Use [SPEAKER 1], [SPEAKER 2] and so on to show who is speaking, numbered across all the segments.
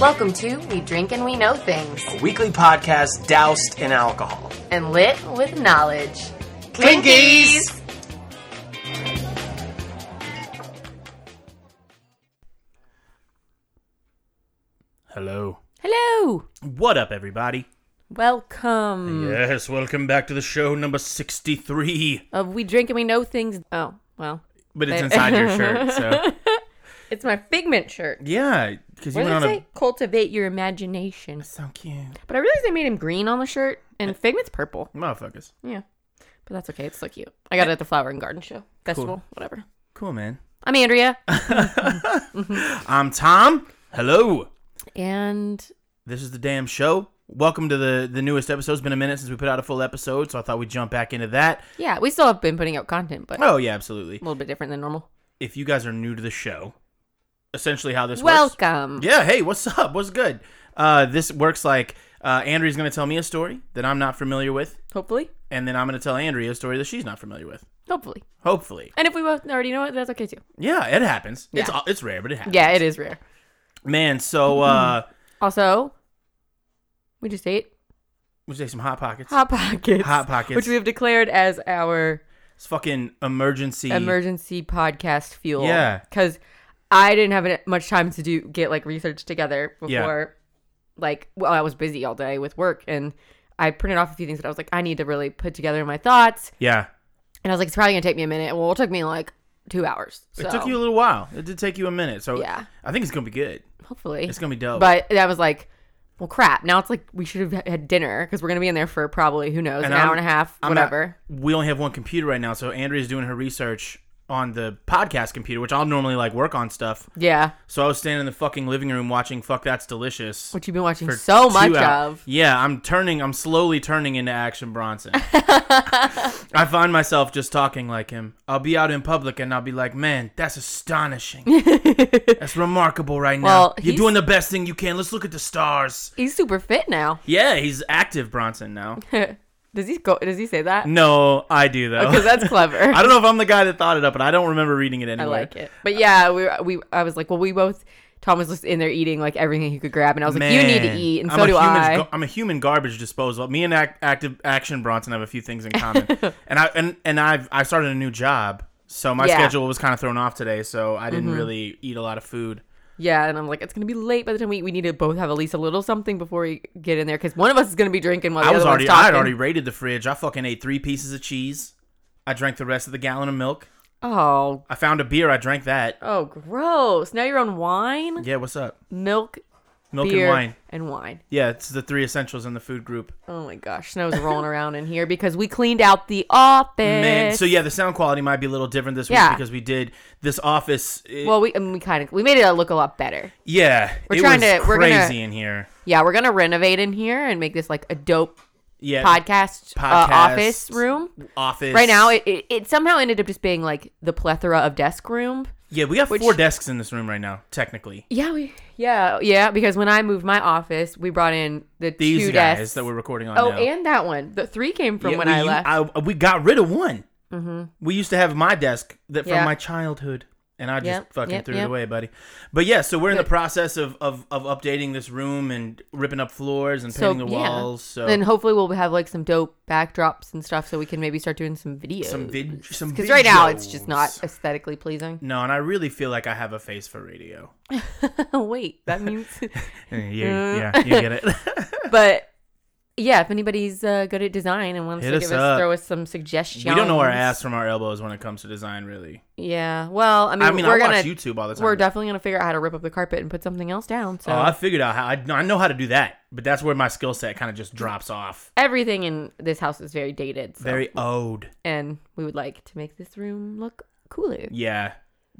[SPEAKER 1] Welcome to We Drink and We Know Things
[SPEAKER 2] a weekly podcast doused in alcohol.
[SPEAKER 1] and Lit with Knowledge.
[SPEAKER 2] Clinkies!
[SPEAKER 3] Hello.
[SPEAKER 1] Hello!
[SPEAKER 3] What up, everybody?
[SPEAKER 1] Welcome
[SPEAKER 3] Yes, welcome back to the show number 63.
[SPEAKER 1] of We Drink and We Know Things. Oh, well,
[SPEAKER 3] But it's inside your shirt, so.
[SPEAKER 1] it's my figment shirt.
[SPEAKER 3] Yeah, because you
[SPEAKER 1] What
[SPEAKER 3] went
[SPEAKER 1] does
[SPEAKER 3] on
[SPEAKER 1] it
[SPEAKER 3] a.
[SPEAKER 1] say? Cultivate your imagination.
[SPEAKER 3] So cute.
[SPEAKER 1] But I realized they made him green on the shirt, and Figment's purple.
[SPEAKER 3] Motherfuckers.
[SPEAKER 1] Yeah. But that's okay. It's so cute. I got it at the Flower and Garden Show, festival, whatever.
[SPEAKER 3] Cool, man.
[SPEAKER 1] I'm Andrea.
[SPEAKER 3] I'm Tom. Hello.
[SPEAKER 1] and
[SPEAKER 3] This is the damn show. Welcome to the, the newest episode. It's been a minute since we put out a full episode, so I thought we'd jump back into that.
[SPEAKER 1] yeah, we still have been putting out content, but a
[SPEAKER 3] Oh, yeah, absolutely.
[SPEAKER 1] little bit different than normal.
[SPEAKER 3] If you guys are new to the show, essentially how this works.
[SPEAKER 1] Welcome.
[SPEAKER 3] Yeah, hey, what's up? What's good? Uh, this works like uh, Andrea's going to tell me a story that I'm not familiar with,
[SPEAKER 1] Hopefully.
[SPEAKER 3] and then I'm going to tell Andrea a story that she's not familiar with.
[SPEAKER 1] Hopefully.
[SPEAKER 3] Hopefully,
[SPEAKER 1] And if we both already know it, that's okay too.
[SPEAKER 3] yeah, it happens. It's
[SPEAKER 1] Yeah.
[SPEAKER 3] it's rare, but it happens.
[SPEAKER 1] Yeah, it is rare.
[SPEAKER 3] man. So, uh,
[SPEAKER 1] Also, we just ate
[SPEAKER 3] would you say some hot pockets?
[SPEAKER 1] Hot Pockets.
[SPEAKER 3] Hot Pockets.
[SPEAKER 1] Which we have declared as our
[SPEAKER 3] it's fucking emergency.
[SPEAKER 1] emergency podcast fuel.
[SPEAKER 3] Yeah.
[SPEAKER 1] Because I didn't have it- much time to do get like research together before,
[SPEAKER 3] Yeah.
[SPEAKER 1] like, well, I was busy all day with work and I printed off a few things that I was like, I need to really put together my thoughts.
[SPEAKER 3] yeah,
[SPEAKER 1] And I was like, it's probably going to take me a minute. Well, it took me like two hours. So
[SPEAKER 3] it took you a little while. It did take you a minute. So
[SPEAKER 1] Yeah.
[SPEAKER 3] I think it's gonna be good.
[SPEAKER 1] hopefully.
[SPEAKER 3] It's gonna be dope.
[SPEAKER 1] But that was like, well, crap. Now it's like we should have had dinner because we're gonna be in there for probably who knows
[SPEAKER 3] And
[SPEAKER 1] an hour
[SPEAKER 3] I'm-
[SPEAKER 1] and a half,
[SPEAKER 3] I'm not-
[SPEAKER 1] whatever.
[SPEAKER 3] we only have one computer right now, so Andrea's doing her research on the podcast computer, which I'll normally like work on stuff.
[SPEAKER 1] yeah,
[SPEAKER 3] So I was standing in the fucking living room watching "Fuck That's Delicious."
[SPEAKER 1] which you've been watching
[SPEAKER 3] for
[SPEAKER 1] so
[SPEAKER 3] two
[SPEAKER 1] much
[SPEAKER 3] hours.
[SPEAKER 1] of.
[SPEAKER 3] Yeah, I'm turning. I'm slowly turning into Action Bronson. I find myself just talking like him. I'll be out in public and I'll be like, "Man, that's astonishing. that's remarkable right now.
[SPEAKER 1] Well,
[SPEAKER 3] You're
[SPEAKER 1] he's-
[SPEAKER 3] doing the best thing you can. Let's look at the stars."
[SPEAKER 1] He's super fit now.
[SPEAKER 3] Yeah, he's active Bronson now.
[SPEAKER 1] does he go? Does he say that?
[SPEAKER 3] no, I do though.
[SPEAKER 1] Because that's clever.
[SPEAKER 3] I don't know if I'm the guy that thought it up, but I don't remember reading it
[SPEAKER 1] I
[SPEAKER 3] anywhere.
[SPEAKER 1] like it. But yeah, we were- we I was like, well, we both. Tom was just in there eating like everything he could grab, and I was like, you need to
[SPEAKER 3] Man,
[SPEAKER 1] eat, and
[SPEAKER 3] I'm
[SPEAKER 1] so
[SPEAKER 3] a
[SPEAKER 1] do
[SPEAKER 3] human,
[SPEAKER 1] I.
[SPEAKER 3] I'm a human garbage disposal. Me and Ac- active action Bronson have a few things in common, and I and and I've I started a new job, so my
[SPEAKER 1] Yeah. Mm-hmm.
[SPEAKER 3] schedule was kind of thrown off today, so I didn't really eat a lot of food.
[SPEAKER 1] yeah, and I'm like, it's gonna be late by the time we we need to both have at least a little something before we get in there because one of us is gonna be drinking while the
[SPEAKER 3] I was
[SPEAKER 1] other
[SPEAKER 3] already
[SPEAKER 1] one's
[SPEAKER 3] I
[SPEAKER 1] talking.
[SPEAKER 3] had already raided the fridge. I fucking ate three pieces of cheese. I drank the rest of the gallon of milk.
[SPEAKER 1] Oh,
[SPEAKER 3] I found a beer. I drank that.
[SPEAKER 1] oh, gross! Now you're on wine.
[SPEAKER 3] Yeah, what's up?
[SPEAKER 1] milk,
[SPEAKER 3] Milk
[SPEAKER 1] beer,
[SPEAKER 3] and wine.
[SPEAKER 1] and wine.
[SPEAKER 3] Yeah, it's the three essentials in the food group.
[SPEAKER 1] Oh my gosh, snow's rolling around in here because we cleaned out the office.
[SPEAKER 3] Man, so yeah, the sound quality might be a little different this
[SPEAKER 1] Yeah.
[SPEAKER 3] week because we did this office. It,
[SPEAKER 1] Well, we and we kind of we made it look a lot better.
[SPEAKER 3] yeah,
[SPEAKER 1] we're
[SPEAKER 3] it
[SPEAKER 1] trying
[SPEAKER 3] was
[SPEAKER 1] to- we're gonna-
[SPEAKER 3] crazy in here.
[SPEAKER 1] Yeah, we're gonna renovate in here and make this like a dope
[SPEAKER 3] yeah,
[SPEAKER 1] podcast, Uh,
[SPEAKER 3] Podcast.
[SPEAKER 1] office room.
[SPEAKER 3] office.
[SPEAKER 1] Right now, it, it it somehow ended up just being like the plethora of desk room.
[SPEAKER 3] yeah, we got four desks in this room right now, technically.
[SPEAKER 1] Yeah, we yeah yeah because when I moved my office, we brought in the
[SPEAKER 3] These
[SPEAKER 1] two
[SPEAKER 3] guys
[SPEAKER 1] desks.
[SPEAKER 3] that we're recording on
[SPEAKER 1] oh,
[SPEAKER 3] now.
[SPEAKER 1] and that one. The three came from
[SPEAKER 3] Yeah,
[SPEAKER 1] when
[SPEAKER 3] we,
[SPEAKER 1] I
[SPEAKER 3] u-
[SPEAKER 1] left. Mm-hmm.
[SPEAKER 3] we got rid of one. We used to have my desk that from
[SPEAKER 1] Yeah.
[SPEAKER 3] my childhood, and I just
[SPEAKER 1] Yep,
[SPEAKER 3] fucking
[SPEAKER 1] yep,
[SPEAKER 3] threw
[SPEAKER 1] yep.
[SPEAKER 3] it away, buddy. But yeah, so we're in the process of, of, of updating this room and ripping up floors and
[SPEAKER 1] So,
[SPEAKER 3] painting the
[SPEAKER 1] yeah.
[SPEAKER 3] walls. So
[SPEAKER 1] And hopefully we'll have like some dope backdrops and stuff so we can maybe start doing some videos.
[SPEAKER 3] some vid, some
[SPEAKER 1] Because right now it's just
[SPEAKER 3] videos.
[SPEAKER 1] not aesthetically pleasing.
[SPEAKER 3] No, and I really feel like I have a face for radio.
[SPEAKER 1] Wait, that means.
[SPEAKER 3] Yeah,
[SPEAKER 1] Mm.
[SPEAKER 3] yeah, you get it.
[SPEAKER 1] but yeah, if anybody's uh, good at design and wants
[SPEAKER 3] Hit
[SPEAKER 1] to
[SPEAKER 3] us
[SPEAKER 1] give us,
[SPEAKER 3] up.
[SPEAKER 1] throw us some suggestions.
[SPEAKER 3] we don't know our ass from our elbows when it comes to design, really.
[SPEAKER 1] Yeah. Well, I mean,
[SPEAKER 3] I mean, I
[SPEAKER 1] we're
[SPEAKER 3] watch
[SPEAKER 1] gonna
[SPEAKER 3] YouTube all the time.
[SPEAKER 1] we're definitely gonna figure out how to rip up the carpet and put something else down. So
[SPEAKER 3] Oh, I figured out how I, I know how to do that, but that's where my skill set kind of just drops off.
[SPEAKER 1] everything in this house is very dated. So,
[SPEAKER 3] Very old.
[SPEAKER 1] and we would like to make this room look cooler.
[SPEAKER 3] Yeah.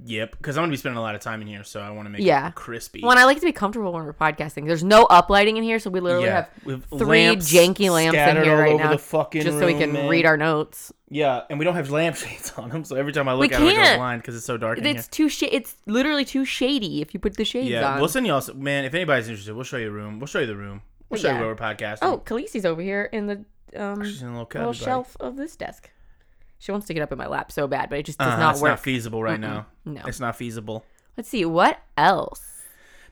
[SPEAKER 3] Yep. Because I'm gonna be spending a lot of time in here, so I want to make
[SPEAKER 1] Yeah.
[SPEAKER 3] it crispy.
[SPEAKER 1] Well, and I like to be comfortable when we're podcasting. There's no uplighting in here, so we literally
[SPEAKER 3] yeah.
[SPEAKER 1] have
[SPEAKER 3] With
[SPEAKER 1] three janky lamps in
[SPEAKER 3] scattered
[SPEAKER 1] here
[SPEAKER 3] all
[SPEAKER 1] right
[SPEAKER 3] over
[SPEAKER 1] now,
[SPEAKER 3] the fucking
[SPEAKER 1] just so we
[SPEAKER 3] room,
[SPEAKER 1] can
[SPEAKER 3] man.
[SPEAKER 1] read our notes.
[SPEAKER 3] Yeah, and we don't have lampshades on them, so every time I look
[SPEAKER 1] We
[SPEAKER 3] at 'em, I
[SPEAKER 1] can't.
[SPEAKER 3] go blind because it's so dark in here.
[SPEAKER 1] It's too sh- It's literally too shady if you put the shades
[SPEAKER 3] Yeah,
[SPEAKER 1] on.
[SPEAKER 3] we'll send y'all. Some, man, if anybody's interested, we'll show you a room. We'll show you the room. We'll
[SPEAKER 1] But
[SPEAKER 3] show
[SPEAKER 1] Oh, yeah.
[SPEAKER 3] you where we're podcasting.
[SPEAKER 1] oh, Khaleesi's over here in the um,
[SPEAKER 3] she's in a little cubby,
[SPEAKER 1] little
[SPEAKER 3] buddy.
[SPEAKER 1] shelf of this desk. She wants to get up in my lap so bad, but it just does
[SPEAKER 3] Uh,
[SPEAKER 1] not
[SPEAKER 3] it's
[SPEAKER 1] work.
[SPEAKER 3] not feasible right now.
[SPEAKER 1] No.
[SPEAKER 3] It's not feasible.
[SPEAKER 1] Let's see what else.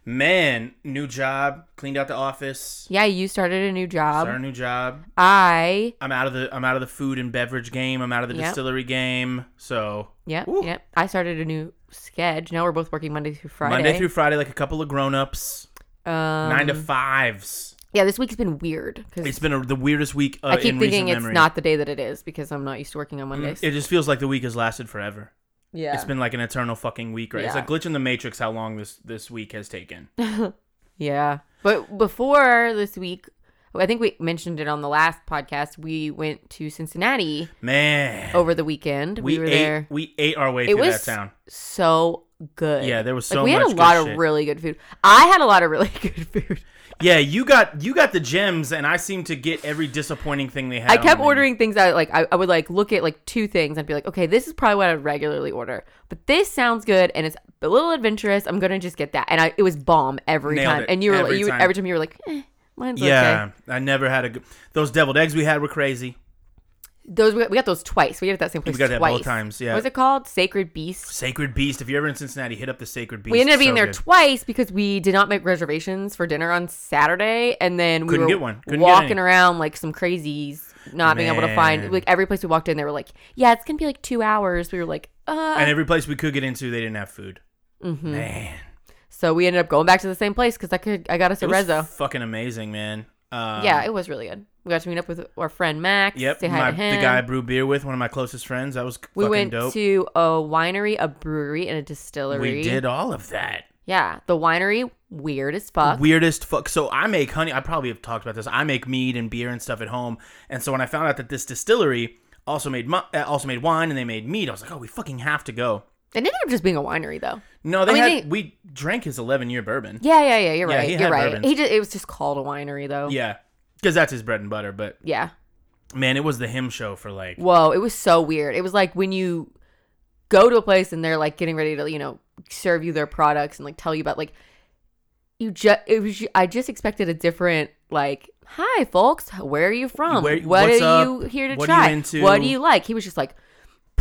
[SPEAKER 3] Man, new job. Cleaned out the office.
[SPEAKER 1] Yeah, you started a new job.
[SPEAKER 3] Started a new job.
[SPEAKER 1] I
[SPEAKER 3] I'm out of the I'm out of the food and beverage game. I'm out of the
[SPEAKER 1] Yep.
[SPEAKER 3] distillery game. So
[SPEAKER 1] yeah
[SPEAKER 3] Woo.
[SPEAKER 1] yeah. I started a new sketch. Now we're both working Monday through Friday.
[SPEAKER 3] Monday through Friday, like a couple of grown ups,
[SPEAKER 1] um,
[SPEAKER 3] nine to fives.
[SPEAKER 1] yeah. This week's been weird because
[SPEAKER 3] It's been a, the weirdest week uh,
[SPEAKER 1] I keep thinking
[SPEAKER 3] in recent
[SPEAKER 1] it's
[SPEAKER 3] memory. Mm,
[SPEAKER 1] not the day that it is because I'm not used to working on Mondays.
[SPEAKER 3] It just feels like the week has lasted forever.
[SPEAKER 1] yeah,
[SPEAKER 3] It's been like an eternal fucking week, right? It's
[SPEAKER 1] Yeah.
[SPEAKER 3] a glitch in the matrix. How long this this week has taken?
[SPEAKER 1] yeah. But before this week, I think we mentioned it on the last podcast. We went to Cincinnati
[SPEAKER 3] Man,
[SPEAKER 1] over the weekend. Oh, We,
[SPEAKER 3] we,
[SPEAKER 1] were
[SPEAKER 3] ate
[SPEAKER 1] there.
[SPEAKER 3] we ate our way
[SPEAKER 1] It
[SPEAKER 3] through
[SPEAKER 1] was
[SPEAKER 3] that town.
[SPEAKER 1] so good.
[SPEAKER 3] Yeah, there was
[SPEAKER 1] Like,
[SPEAKER 3] so
[SPEAKER 1] we had
[SPEAKER 3] much
[SPEAKER 1] a lot
[SPEAKER 3] good
[SPEAKER 1] of
[SPEAKER 3] shit.
[SPEAKER 1] really good food. I had a lot of really good food.
[SPEAKER 3] Yeah, you got you got the gems, and I seem to get every disappointing thing they had.
[SPEAKER 1] I kept
[SPEAKER 3] on the menu.
[SPEAKER 1] ordering things that like I, I would like look at like two things and be like, okay, this is probably what I'd regularly order, but this sounds good and it's a little adventurous. I'm gonna just get that, and I it was bomb every
[SPEAKER 3] Nailed
[SPEAKER 1] time.
[SPEAKER 3] it.
[SPEAKER 1] And you were
[SPEAKER 3] Every
[SPEAKER 1] you
[SPEAKER 3] time.
[SPEAKER 1] every time you were like, eh, mine's
[SPEAKER 3] Yeah,
[SPEAKER 1] okay.
[SPEAKER 3] I never had a good. Those deviled eggs we had were crazy.
[SPEAKER 1] Those we got, we got those twice. We got it at that same place.
[SPEAKER 3] We got that
[SPEAKER 1] twice.
[SPEAKER 3] both times. Yeah,
[SPEAKER 1] What was it called? Sacred Beast.
[SPEAKER 3] Sacred Beast. If you're ever in Cincinnati, hit up the Sacred Beast.
[SPEAKER 1] We ended up being
[SPEAKER 3] So
[SPEAKER 1] there
[SPEAKER 3] good.
[SPEAKER 1] twice because we did not make reservations for dinner on Saturday, and then we
[SPEAKER 3] Couldn't
[SPEAKER 1] were
[SPEAKER 3] get one. Couldn't get
[SPEAKER 1] walking
[SPEAKER 3] any.
[SPEAKER 1] around like some crazies, not being able to find
[SPEAKER 3] Man.
[SPEAKER 1] like every place we walked in. They were like, "Yeah, it's gonna be like two hours." We were like, "Uh,
[SPEAKER 3] and every place we could get into, they didn't have food.
[SPEAKER 1] Mm-hmm.
[SPEAKER 3] Man,
[SPEAKER 1] So we ended up going back to the same place because I could I got us a
[SPEAKER 3] it was
[SPEAKER 1] rezzo.
[SPEAKER 3] fucking amazing, man. Um,
[SPEAKER 1] yeah, it was really good. We got to meet up with our friend Max.
[SPEAKER 3] Yep,
[SPEAKER 1] say hi
[SPEAKER 3] my-
[SPEAKER 1] to him.
[SPEAKER 3] the guy I brew beer with, one of my closest friends. That was
[SPEAKER 1] we
[SPEAKER 3] fucking
[SPEAKER 1] went
[SPEAKER 3] dope.
[SPEAKER 1] to a winery, a brewery, and a distillery.
[SPEAKER 3] we did all of that.
[SPEAKER 1] Yeah, the winery weird as fuck.
[SPEAKER 3] Weirdest fuck. So I make honey. I probably have talked about this. I make mead and beer and stuff at home. And so when I found out that this distillery also made mu- uh, also made wine and they made mead, I was like, oh, we fucking have to go.
[SPEAKER 1] it ended up just being a winery though.
[SPEAKER 3] No, they
[SPEAKER 1] mean,
[SPEAKER 3] had
[SPEAKER 1] they-
[SPEAKER 3] we drank his eleven year bourbon.
[SPEAKER 1] Yeah, yeah, yeah. You're
[SPEAKER 3] Yeah,
[SPEAKER 1] right.
[SPEAKER 3] he
[SPEAKER 1] You're
[SPEAKER 3] had
[SPEAKER 1] right.
[SPEAKER 3] bourbons.
[SPEAKER 1] He just, it was just called a winery though.
[SPEAKER 3] Yeah, because that's his bread and butter. But
[SPEAKER 1] Yeah.
[SPEAKER 3] man, it was the him show for like
[SPEAKER 1] Whoa, it was so weird. It was like when you go to a place and they're like getting ready to, you know, serve you their products and like tell you about like you just it was ju- I just expected a different like hi folks, where are you from?
[SPEAKER 3] Where-
[SPEAKER 1] what
[SPEAKER 3] what's
[SPEAKER 1] are
[SPEAKER 3] up?
[SPEAKER 1] you here to
[SPEAKER 3] What are you
[SPEAKER 1] try?
[SPEAKER 3] into?"
[SPEAKER 1] What do you like? He was just like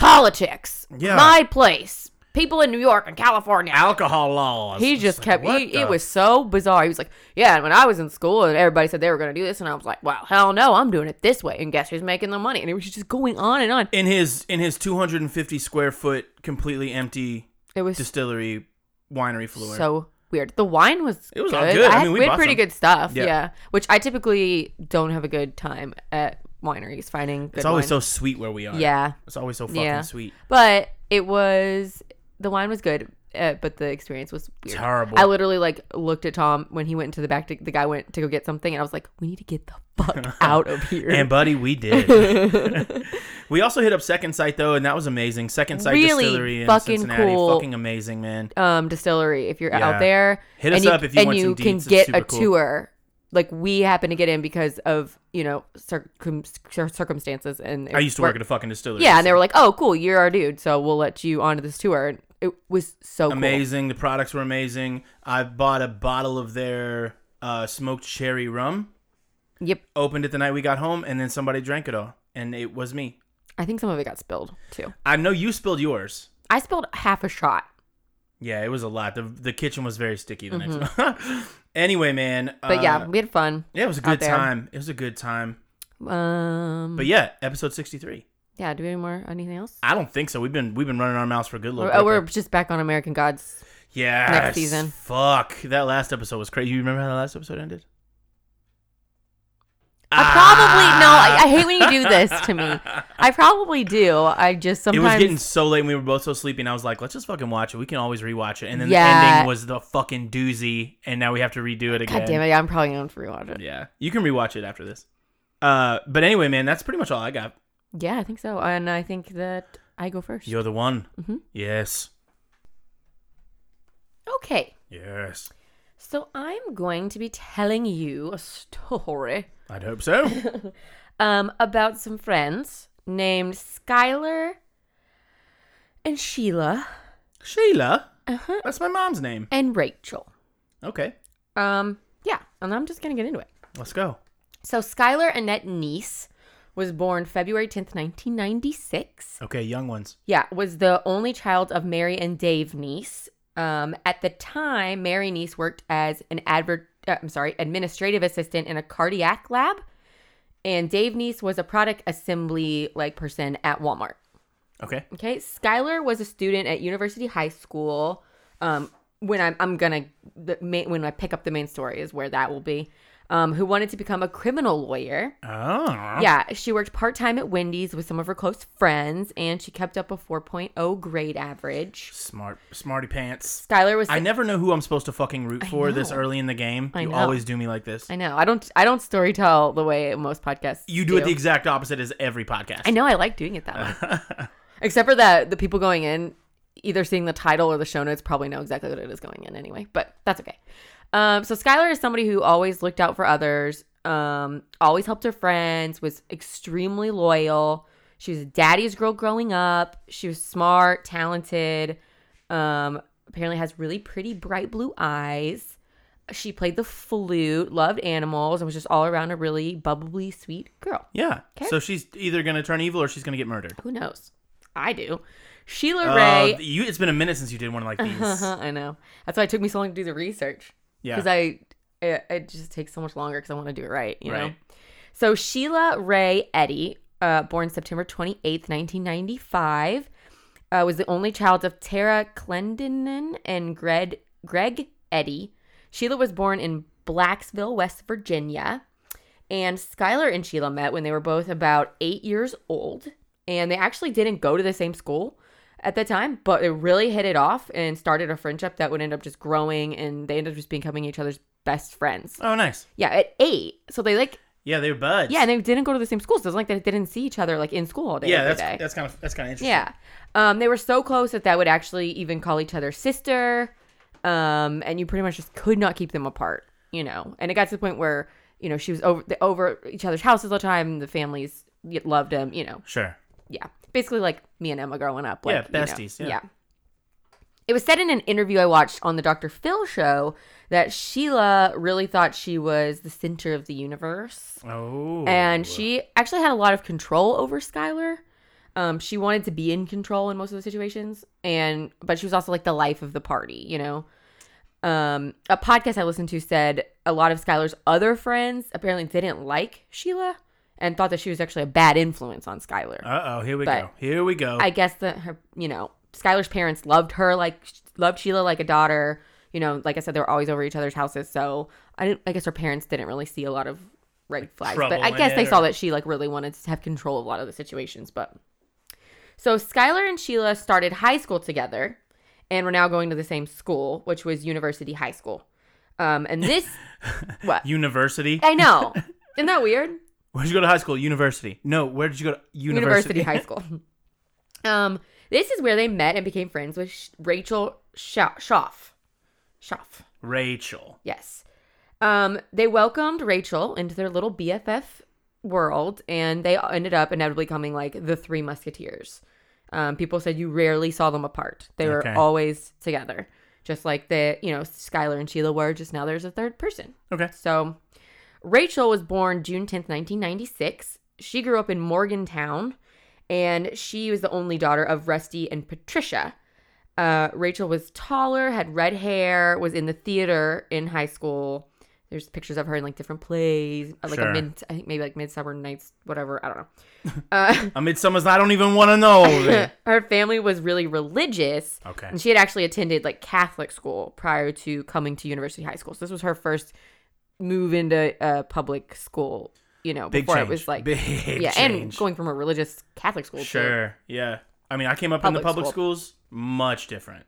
[SPEAKER 1] politics.
[SPEAKER 3] Yeah.
[SPEAKER 1] My place. People in New York and California.
[SPEAKER 3] alcohol laws.
[SPEAKER 1] He
[SPEAKER 3] It's
[SPEAKER 1] just
[SPEAKER 3] like,
[SPEAKER 1] kept.
[SPEAKER 3] what
[SPEAKER 1] He,
[SPEAKER 3] the-
[SPEAKER 1] it was so bizarre. He was like, "Yeah." And when I was in school, and everybody said they were going to do this, and I was like, "Well, hell no, I'm doing it this way." And guess who's making the money? And it was just going on and on.
[SPEAKER 3] in his in his 250 square foot completely empty
[SPEAKER 1] It was
[SPEAKER 3] distillery winery floor.
[SPEAKER 1] so weird. The wine was.
[SPEAKER 3] It was all good. I
[SPEAKER 1] had-
[SPEAKER 3] mean, we
[SPEAKER 1] we had
[SPEAKER 3] bought
[SPEAKER 1] pretty
[SPEAKER 3] some.
[SPEAKER 1] good stuff. Yeah.
[SPEAKER 3] Yeah.
[SPEAKER 1] which I typically don't have a good time at wineries finding. Good
[SPEAKER 3] it's always
[SPEAKER 1] wine.
[SPEAKER 3] so sweet where we are.
[SPEAKER 1] Yeah,
[SPEAKER 3] It's always so fucking
[SPEAKER 1] Yeah.
[SPEAKER 3] sweet.
[SPEAKER 1] but it was the wine was good, uh, but the experience was weird.
[SPEAKER 3] Terrible.
[SPEAKER 1] I literally like looked at Tom when he went into the back. To, the guy went to go get something, and I was like, "We need to get the fuck out of here."
[SPEAKER 3] and buddy, we did. we also hit up Second Sight though, and that was amazing. Second Sight
[SPEAKER 1] Really
[SPEAKER 3] Distillery in
[SPEAKER 1] fucking
[SPEAKER 3] Cincinnati,
[SPEAKER 1] cool.
[SPEAKER 3] fucking amazing, man.
[SPEAKER 1] um distillery if you're
[SPEAKER 3] Yeah.
[SPEAKER 1] out there.
[SPEAKER 3] Hit us
[SPEAKER 1] and you,
[SPEAKER 3] up if you
[SPEAKER 1] and
[SPEAKER 3] want
[SPEAKER 1] you
[SPEAKER 3] some
[SPEAKER 1] can
[SPEAKER 3] deets. It's
[SPEAKER 1] get
[SPEAKER 3] super
[SPEAKER 1] a
[SPEAKER 3] cool.
[SPEAKER 1] tour. Like we happen to get in because of you know circum- cir- circumstances and
[SPEAKER 3] I used to work at a fucking distillery.
[SPEAKER 1] yeah, and
[SPEAKER 3] so
[SPEAKER 1] they were like, "Oh, cool, you're our dude, so we'll let you onto this tour." And it was so cool.
[SPEAKER 3] amazing. The products were amazing. I bought a bottle of their uh, smoked cherry rum.
[SPEAKER 1] Yep,
[SPEAKER 3] Opened it the night we got home, and then somebody drank it all, and it was me.
[SPEAKER 1] I think some of it got spilled too.
[SPEAKER 3] I know you spilled yours.
[SPEAKER 1] I spilled half a shot.
[SPEAKER 3] Yeah, it was a lot. The the kitchen was very sticky the next one. anyway, man.
[SPEAKER 1] Mm-hmm. But
[SPEAKER 3] uh,
[SPEAKER 1] yeah, we had fun.
[SPEAKER 3] yeah, it was a
[SPEAKER 1] out
[SPEAKER 3] good
[SPEAKER 1] there.
[SPEAKER 3] time. It was a good time.
[SPEAKER 1] Um,
[SPEAKER 3] But yeah, episode sixty three.
[SPEAKER 1] yeah, do we have any more anything else?
[SPEAKER 3] I don't think so. We've been we've been running our mouths for a good little.
[SPEAKER 1] Or-
[SPEAKER 3] bit.
[SPEAKER 1] oh, we're just back on American Gods.
[SPEAKER 3] yeah
[SPEAKER 1] next season.
[SPEAKER 3] Fuck that last episode was crazy. You remember how the last episode ended? Ah.
[SPEAKER 1] I probably no. I, I hate when you do this to me. I probably do. I just
[SPEAKER 3] Ah. It
[SPEAKER 1] sometimes
[SPEAKER 3] was getting so late, and we were both so sleepy, and I was like, "Let's just fucking watch it. We can always rewatch it." And then the
[SPEAKER 1] Yeah.
[SPEAKER 3] ending was the fucking doozy, and now we have to redo it again.
[SPEAKER 1] God damn it! I'm probably gonna have to rewatch it.
[SPEAKER 3] Yeah, you can rewatch it after this. Uh, but anyway, man, that's pretty much all I got.
[SPEAKER 1] Yeah, I think so, and I think that I go first.
[SPEAKER 3] You're the one.
[SPEAKER 1] Mm-hmm.
[SPEAKER 3] Yes.
[SPEAKER 1] Okay,
[SPEAKER 3] Yes.
[SPEAKER 1] so I'm going to be telling you a story
[SPEAKER 3] I'd hope so.
[SPEAKER 1] um, about some friends named Skylar and Sheila
[SPEAKER 3] Sheila.
[SPEAKER 1] Uh-huh.
[SPEAKER 3] That's my mom's name.
[SPEAKER 1] and Rachel.
[SPEAKER 3] Okay,
[SPEAKER 1] Um, yeah, and I'm just gonna get into it.
[SPEAKER 3] let's go.
[SPEAKER 1] So Skylar Annette Niece was born February 10th, 1996.
[SPEAKER 3] Okay, young ones.
[SPEAKER 1] Yeah, was the only child of Mary and Dave Neese. Um, at the time, Mary Neese worked as an advert. Uh, I'm sorry, administrative assistant in a cardiac lab, and Dave Neese was a product assembly like person at Walmart.
[SPEAKER 3] Okay.
[SPEAKER 1] Okay, Skylar was a student at University High School. Um, when I'm, I'm gonna the main, when I pick up the main story is where that will be. Um, who wanted to become a criminal lawyer?
[SPEAKER 3] Oh.
[SPEAKER 1] Yeah, she worked part time at Wendy's with some of her close friends, and she kept up a 4.0 grade average.
[SPEAKER 3] Smart, smarty pants.
[SPEAKER 1] Skylar was.
[SPEAKER 3] I never know who I'm supposed to fucking root for this
[SPEAKER 1] know.
[SPEAKER 3] early in the game. you
[SPEAKER 1] know.
[SPEAKER 3] always do me like this.
[SPEAKER 1] I know. I don't. I don't story tell the way most podcasts.
[SPEAKER 3] You do it the exact opposite as every podcast.
[SPEAKER 1] I know. I like doing it that way. Except for that, the people going in, either seeing the title or the show notes, probably know exactly what it is going in anyway. But that's okay. Um, so Skylar is somebody who always looked out for others, um, always helped her friends, was extremely loyal. She was a daddy's girl growing up. She was smart, talented. Um, apparently has really pretty bright blue eyes. She played the flute, loved animals, and was just all around a really bubbly, sweet girl.
[SPEAKER 3] Yeah. So she's either gonna turn evil or she's gonna get murdered.
[SPEAKER 1] Who knows? I do. Sheila
[SPEAKER 3] Uh,
[SPEAKER 1] Ray.
[SPEAKER 3] you. It's been a minute since you did one like these.
[SPEAKER 1] Uh-huh, I know. That's why it took me so long to do the research.
[SPEAKER 3] Yeah.
[SPEAKER 1] Because I, it, it just takes so much longer because I want to do it right. You know.
[SPEAKER 3] Right.
[SPEAKER 1] So Sheila Ray Eddy, uh, born September twenty eighth, nineteen ninety five, uh, was the only child of Tara Clendenin and Greg Greg Eddy. Sheila was born in Blacksville, West Virginia. And Skylar and Sheila met when they were both about eight years old. And they actually didn't go to the same school at the time, but they really hit it off and started a friendship that would end up just growing. And they ended up just becoming each other's best friends.
[SPEAKER 3] Oh, nice.
[SPEAKER 1] Yeah, at eight. So they like,
[SPEAKER 3] Yeah, they were buds.
[SPEAKER 1] yeah, and they didn't go to the same school. So it's like they didn't see each other like in school all day.
[SPEAKER 3] yeah.
[SPEAKER 1] every
[SPEAKER 3] That's
[SPEAKER 1] day.
[SPEAKER 3] that's kind of that's kind of interesting.
[SPEAKER 1] Yeah. Um, they were so close that that would actually even call each other sister. Um, and you pretty much just could not keep them apart, you know. And it got to the point where, you know, she was over the, over each other's houses all the time. The families y- loved them, you know.
[SPEAKER 3] Sure.
[SPEAKER 1] Yeah. Basically like me and Emma growing up.
[SPEAKER 3] Yeah,
[SPEAKER 1] Like, you know,
[SPEAKER 3] besties, yeah.
[SPEAKER 1] It was said in an interview I watched on the Dr. Phil show that Sheila really thought she was the center of the universe
[SPEAKER 3] Oh.
[SPEAKER 1] and she actually had a lot of control over Skylar. Um, she wanted to be in control in most of the situations, and but she was also like the life of the party, you know. Um, a podcast I listened to said a lot of Skylar's other friends apparently didn't like Sheila and thought that she was actually a bad influence on Skylar.
[SPEAKER 3] Uh oh. Here we
[SPEAKER 1] But-
[SPEAKER 3] go. Here we go.
[SPEAKER 1] I guess that her, you know, Skylar's parents loved her like loved Sheila like a daughter. You know, like I said, they were always over each other's houses, so I didn't. I guess her parents didn't really see a lot of red flags, but
[SPEAKER 3] trouble
[SPEAKER 1] I
[SPEAKER 3] in
[SPEAKER 1] guess they
[SPEAKER 3] it
[SPEAKER 1] saw
[SPEAKER 3] or-
[SPEAKER 1] that she like really wanted to have control of a lot of the situations. But so Skylar and Sheila started high school together, and were now going to the same school, which was University High School. Um, and this, what
[SPEAKER 3] University.
[SPEAKER 1] I know, isn't that weird?
[SPEAKER 3] Where'd you go to high school? University. No, where did you go to
[SPEAKER 1] University,
[SPEAKER 3] university?
[SPEAKER 1] High School. Um, this is where they met and became friends with Sh- Rachel Scha- Schaff. Schaff,
[SPEAKER 3] Rachel.
[SPEAKER 1] yes. Um, they welcomed Rachel into their little BFF world, and they ended up inevitably becoming like the Three Musketeers. Um, people said you rarely saw them apart; they were
[SPEAKER 3] Okay.
[SPEAKER 1] always together, just like the you know Skylar and Sheila were. Just now, there's a third person.
[SPEAKER 3] Okay.
[SPEAKER 1] So, Rachel was born June 10th, 1996. She grew up in Morgantown, and she was the only daughter of Rusty and Patricia. Uh, Rachel was taller, had red hair, was in the theater in high school. There's pictures of her in like different plays, uh, like a
[SPEAKER 3] Sure.
[SPEAKER 1] mid, I think maybe like Midsummer Nights, whatever. I don't know. Uh,
[SPEAKER 3] A midsummer's. I don't even want to know.
[SPEAKER 1] her family was really religious.
[SPEAKER 3] Okay.
[SPEAKER 1] And she had actually attended like Catholic school prior to coming to University High School. So this was her first move into uh, public school, you know,
[SPEAKER 3] Big
[SPEAKER 1] before
[SPEAKER 3] change.
[SPEAKER 1] it was like
[SPEAKER 3] big
[SPEAKER 1] yeah, and
[SPEAKER 3] change.
[SPEAKER 1] going from a religious Catholic school to
[SPEAKER 3] Sure. Yeah. I mean, I came up in
[SPEAKER 1] Public
[SPEAKER 3] the public
[SPEAKER 1] school. Mm,
[SPEAKER 3] schools. Much different.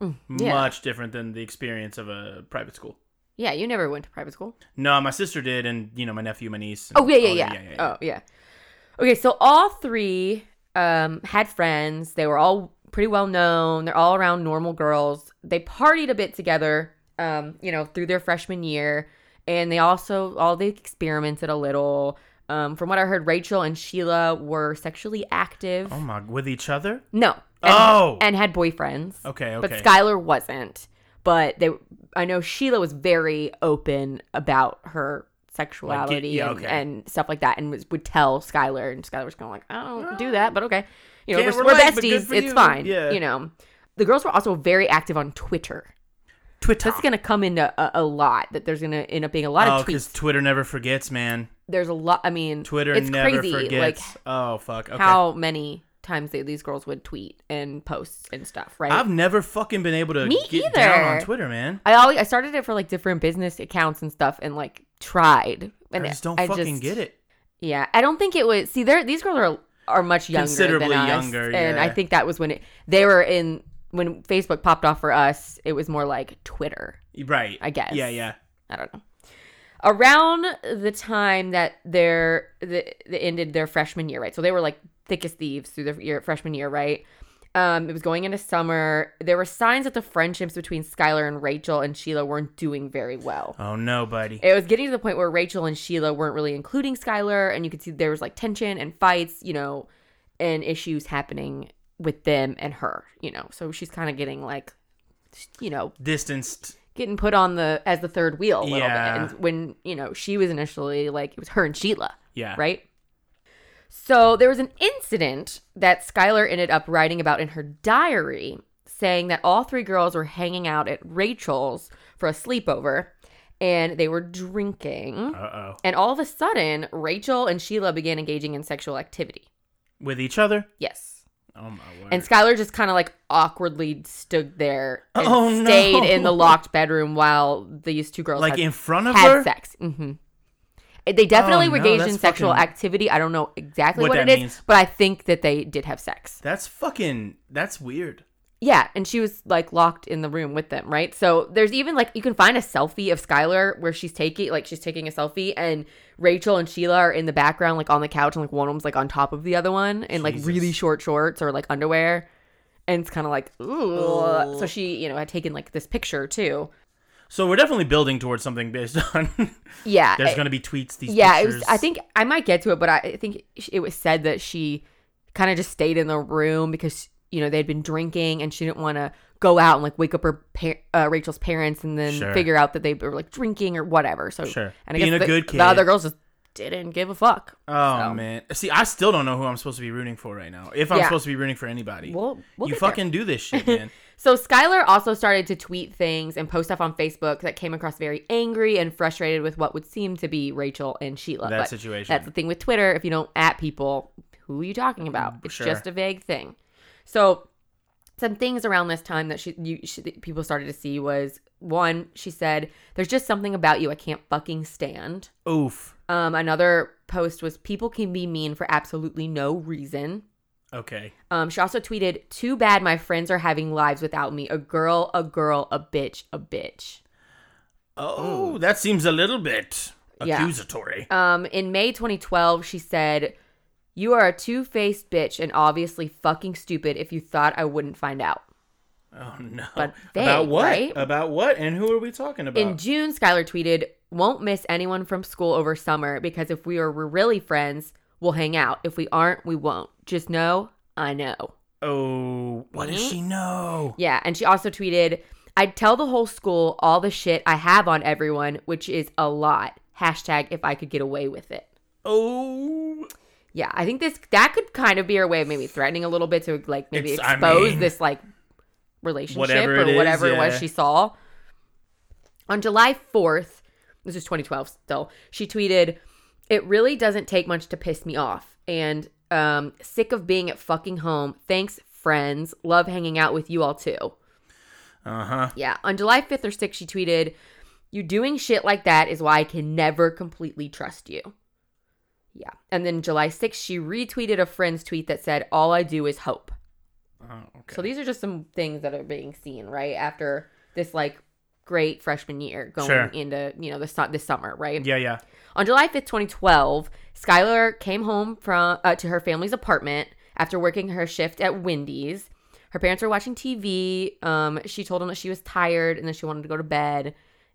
[SPEAKER 1] yeah.
[SPEAKER 3] Much different than the experience of a private school.
[SPEAKER 1] Yeah, you never went to private school.
[SPEAKER 3] No, my sister did, and you know, my nephew, my niece. and
[SPEAKER 1] Oh yeah, yeah,
[SPEAKER 3] all
[SPEAKER 1] yeah.
[SPEAKER 3] that.
[SPEAKER 1] Oh yeah. Okay, so all three um, had friends. They were all pretty well known. They're all around normal girls. They partied a bit together, um, you know, through their freshman year, and they also all they experimented a little. Um, from what I heard, Rachel and Sheila were sexually active.
[SPEAKER 3] Oh my, with each other?
[SPEAKER 1] No. And,
[SPEAKER 3] Oh!
[SPEAKER 1] And had boyfriends.
[SPEAKER 3] Okay,
[SPEAKER 1] But
[SPEAKER 3] okay.
[SPEAKER 1] Skylar wasn't. But they I know Sheila was very open about her sexuality
[SPEAKER 3] yeah,
[SPEAKER 1] and,
[SPEAKER 3] okay.
[SPEAKER 1] and stuff like that, and was, would tell Skylar, and Skylar was kind of like, I don't do that, but okay, you know,
[SPEAKER 3] Can't
[SPEAKER 1] we're, we're
[SPEAKER 3] relate, but good
[SPEAKER 1] besties,
[SPEAKER 3] for
[SPEAKER 1] it's
[SPEAKER 3] you.
[SPEAKER 1] fine.
[SPEAKER 3] Yeah.
[SPEAKER 1] You know, the girls were also very active on Twitter.
[SPEAKER 3] Twitter.
[SPEAKER 1] That's gonna come into a, a lot. That there's gonna end up being a lot
[SPEAKER 3] Oh,
[SPEAKER 1] of tweets.
[SPEAKER 3] because Twitter never forgets, man.
[SPEAKER 1] There's a lot. I mean,
[SPEAKER 3] Twitter
[SPEAKER 1] It's
[SPEAKER 3] never
[SPEAKER 1] crazy. Like
[SPEAKER 3] forgets. oh fuck. Okay.
[SPEAKER 1] how many times they, these girls would tweet and post and stuff, right?
[SPEAKER 3] I've never fucking been able to
[SPEAKER 1] Me
[SPEAKER 3] get down
[SPEAKER 1] either.
[SPEAKER 3] on Twitter, man.
[SPEAKER 1] I always I started it for like different business accounts and stuff, and like tried. And
[SPEAKER 3] I just don't fucking get it.
[SPEAKER 1] Yeah, I don't think it was. See, there these girls are are much younger,
[SPEAKER 3] Considerably
[SPEAKER 1] than us,
[SPEAKER 3] younger,
[SPEAKER 1] and I
[SPEAKER 3] yeah.
[SPEAKER 1] think that was when it they were in when Facebook popped off for us. It was more like Twitter.
[SPEAKER 3] Right.
[SPEAKER 1] I guess.
[SPEAKER 3] Yeah, yeah.
[SPEAKER 1] I don't know. Around the time that their the, the ended their freshman year, right? So they were like thick as thieves through their year, freshman year, right? Um, it was going into summer. There were signs that the friendships between Skylar and Rachel and Sheila weren't doing very well.
[SPEAKER 3] Oh no, buddy.
[SPEAKER 1] It was getting to the point where Rachel and Sheila weren't really including Skylar, and you could see there was like tension and fights, you know, and issues happening with them and her, you know. So she's kind of getting like, you know,
[SPEAKER 3] Distanced.
[SPEAKER 1] getting put on the as the third wheel a little
[SPEAKER 3] Yeah.
[SPEAKER 1] bit. And when you know she was initially like it was her and Sheila,
[SPEAKER 3] Yeah.
[SPEAKER 1] right? So there was an incident that Skylar ended up writing about in her diary, saying that all three girls were hanging out at Rachel's for a sleepover, and they were drinking.
[SPEAKER 3] Uh oh.
[SPEAKER 1] And all of a sudden, Rachel and Sheila began engaging in sexual activity.
[SPEAKER 3] With each other?
[SPEAKER 1] Yes.
[SPEAKER 3] Oh my word.
[SPEAKER 1] And Skylar just kind of like awkwardly stood there and
[SPEAKER 3] Oh, no.
[SPEAKER 1] stayed in the locked bedroom while these two girls
[SPEAKER 3] like
[SPEAKER 1] had
[SPEAKER 3] in front of
[SPEAKER 1] had
[SPEAKER 3] her?
[SPEAKER 1] sex. hmm They definitely
[SPEAKER 3] Oh,
[SPEAKER 1] were
[SPEAKER 3] no,
[SPEAKER 1] engaged
[SPEAKER 3] that's
[SPEAKER 1] in sexual
[SPEAKER 3] fucking-
[SPEAKER 1] activity. I don't know exactly
[SPEAKER 3] What
[SPEAKER 1] what,
[SPEAKER 3] that
[SPEAKER 1] it is,
[SPEAKER 3] means.
[SPEAKER 1] but I think that they did have sex.
[SPEAKER 3] That's fucking that's weird.
[SPEAKER 1] Yeah, and she was like locked in the room with them, right? So there's even like you can find a selfie of Skylar where she's taking like she's taking a selfie, and Rachel and Sheila are in the background, like on the couch, and like one of them's like on top of the other one in like
[SPEAKER 3] Jesus.
[SPEAKER 1] really short shorts or like underwear, and it's kind of like ooh. So she, you know, had taken like this picture too.
[SPEAKER 3] So we're definitely building towards something based on
[SPEAKER 1] Yeah,
[SPEAKER 3] there's
[SPEAKER 1] it-
[SPEAKER 3] gonna be tweets, these
[SPEAKER 1] yeah it
[SPEAKER 3] pictures.
[SPEAKER 1] was i think i might get to it but i I think sh- it was said that she kind of just stayed in the room because you know they'd been drinking and she didn't want to go out and like wake up her par- uh, rachel's parents and then
[SPEAKER 3] Sure.
[SPEAKER 1] figure out that they were like drinking or whatever so
[SPEAKER 3] Sure.
[SPEAKER 1] and I
[SPEAKER 3] Being
[SPEAKER 1] guess
[SPEAKER 3] a
[SPEAKER 1] the,
[SPEAKER 3] good kid.
[SPEAKER 1] the other girls just didn't give a fuck
[SPEAKER 3] Oh
[SPEAKER 1] So,
[SPEAKER 3] man. See, I still don't know who I'm supposed to be rooting for right now. If I'm
[SPEAKER 1] Yeah.
[SPEAKER 3] supposed to be rooting for anybody.
[SPEAKER 1] We'll- we'll
[SPEAKER 3] you
[SPEAKER 1] get there.
[SPEAKER 3] fucking do this shit, man.
[SPEAKER 1] So Skylar also started to tweet things and post stuff on Facebook that came across very angry and frustrated with what would seem to be Rachel and Sheila.
[SPEAKER 3] That
[SPEAKER 1] But
[SPEAKER 3] situation.
[SPEAKER 1] That's the thing with Twitter. If you don't at people, who are you talking about? It's
[SPEAKER 3] Mm, Sure.
[SPEAKER 1] just a vague thing. So some things around this time that she, you, she that people started to see was one. She said, "There's just something about you I can't fucking stand."
[SPEAKER 3] Oof.
[SPEAKER 1] Um, another post was, "People can be mean for absolutely no reason."
[SPEAKER 3] Okay.
[SPEAKER 1] Um, she also tweeted, "Too bad my friends are having lives without me. A girl, a girl, a bitch, a bitch."
[SPEAKER 3] Oh, that seems a little bit
[SPEAKER 1] Yeah.
[SPEAKER 3] accusatory.
[SPEAKER 1] Um, in May 2012, she said, "You are a two-faced bitch and obviously fucking stupid. If you thought I wouldn't find out."
[SPEAKER 3] Oh no.
[SPEAKER 1] But they,
[SPEAKER 3] about what?
[SPEAKER 1] right?
[SPEAKER 3] About what? And who are we talking about?
[SPEAKER 1] In June, Skylar tweeted, "Won't miss anyone from school over summer because if we are we're really friends, we'll hang out. If we aren't, we won't. Just know I know."
[SPEAKER 3] oh, what does she know?
[SPEAKER 1] Yeah, and she also tweeted, I'd tell the whole school all the shit I have on everyone, which is a lot. Hashtag if I could get away with it.
[SPEAKER 3] Oh,
[SPEAKER 1] Yeah, I think this that could kind of be her way of maybe threatening a little bit to like maybe
[SPEAKER 3] It's- I
[SPEAKER 1] expose
[SPEAKER 3] mean,
[SPEAKER 1] this like relationship
[SPEAKER 3] whatever
[SPEAKER 1] or
[SPEAKER 3] it is,
[SPEAKER 1] whatever it
[SPEAKER 3] yeah.
[SPEAKER 1] was she saw. On July 4th, this is 2012 still, she tweeted, It really doesn't take much to piss me off. And um, sick of being at fucking home. Thanks, friends. Love hanging out with you all too.
[SPEAKER 3] uh huh.
[SPEAKER 1] Yeah. On July 5th or 6th, she tweeted, You doing shit like that is why I can never completely trust you. Yeah. And then July 6th, she retweeted a friend's tweet that said, All I do is hope.
[SPEAKER 3] Oh, okay.
[SPEAKER 1] So these are just some things that are being seen, right? After this, like, great freshman year going
[SPEAKER 3] Sure.
[SPEAKER 1] into, you know, the, su- this summer, right?
[SPEAKER 3] yeah, yeah.
[SPEAKER 1] On July 5th, 2012, Skylar came home from uh, to her family's apartment after working her shift at Wendy's. Her parents were watching TV. Um, she told them that she was tired and that she wanted to go to bed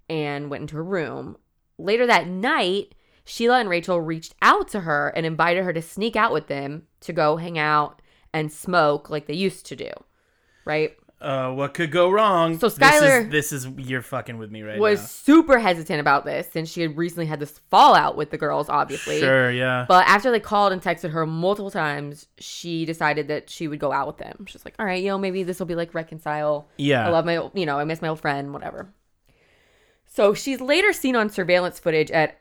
[SPEAKER 1] and went into her room. Later that night, Sheila and Rachel reached out to her and invited her to sneak out with them to go hang out and smoke like they used to do. Right?
[SPEAKER 3] uh, what could go wrong?
[SPEAKER 1] So Skylar-
[SPEAKER 3] this is, this is you're fucking with me right
[SPEAKER 1] was super hesitant about this since she had recently had this fallout with the girls,
[SPEAKER 3] now.
[SPEAKER 1] obviously.
[SPEAKER 3] Sure, yeah.
[SPEAKER 1] But after they called and texted her multiple times, she decided that she would go out with them. She's like, all right, you know, maybe this will be like reconcile.
[SPEAKER 3] yeah.
[SPEAKER 1] I love my, you know, I miss my old friend, whatever. So she's later seen on surveillance footage at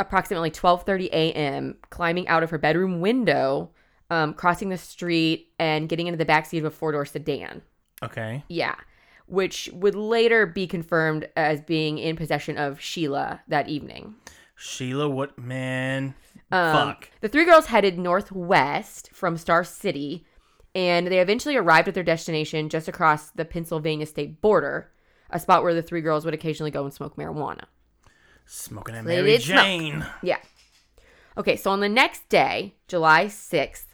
[SPEAKER 1] approximately 12:30 a.m. climbing out of her bedroom window, um, crossing the street, and getting into the backseat of a four-door sedan.
[SPEAKER 3] okay.
[SPEAKER 1] Yeah, which would later be confirmed as being in possession of Sheila that evening.
[SPEAKER 3] Sheila, what man?
[SPEAKER 1] Um,
[SPEAKER 3] Fuck.
[SPEAKER 1] The three girls headed northwest from Star City, and they eventually arrived at their destination just across the Pennsylvania state border, a spot where the three girls would occasionally go and smoke marijuana.
[SPEAKER 3] Smoking at
[SPEAKER 1] They
[SPEAKER 3] Mary
[SPEAKER 1] did smoke.
[SPEAKER 3] Jane.
[SPEAKER 1] Yeah. Okay, so on the next day, July 6th,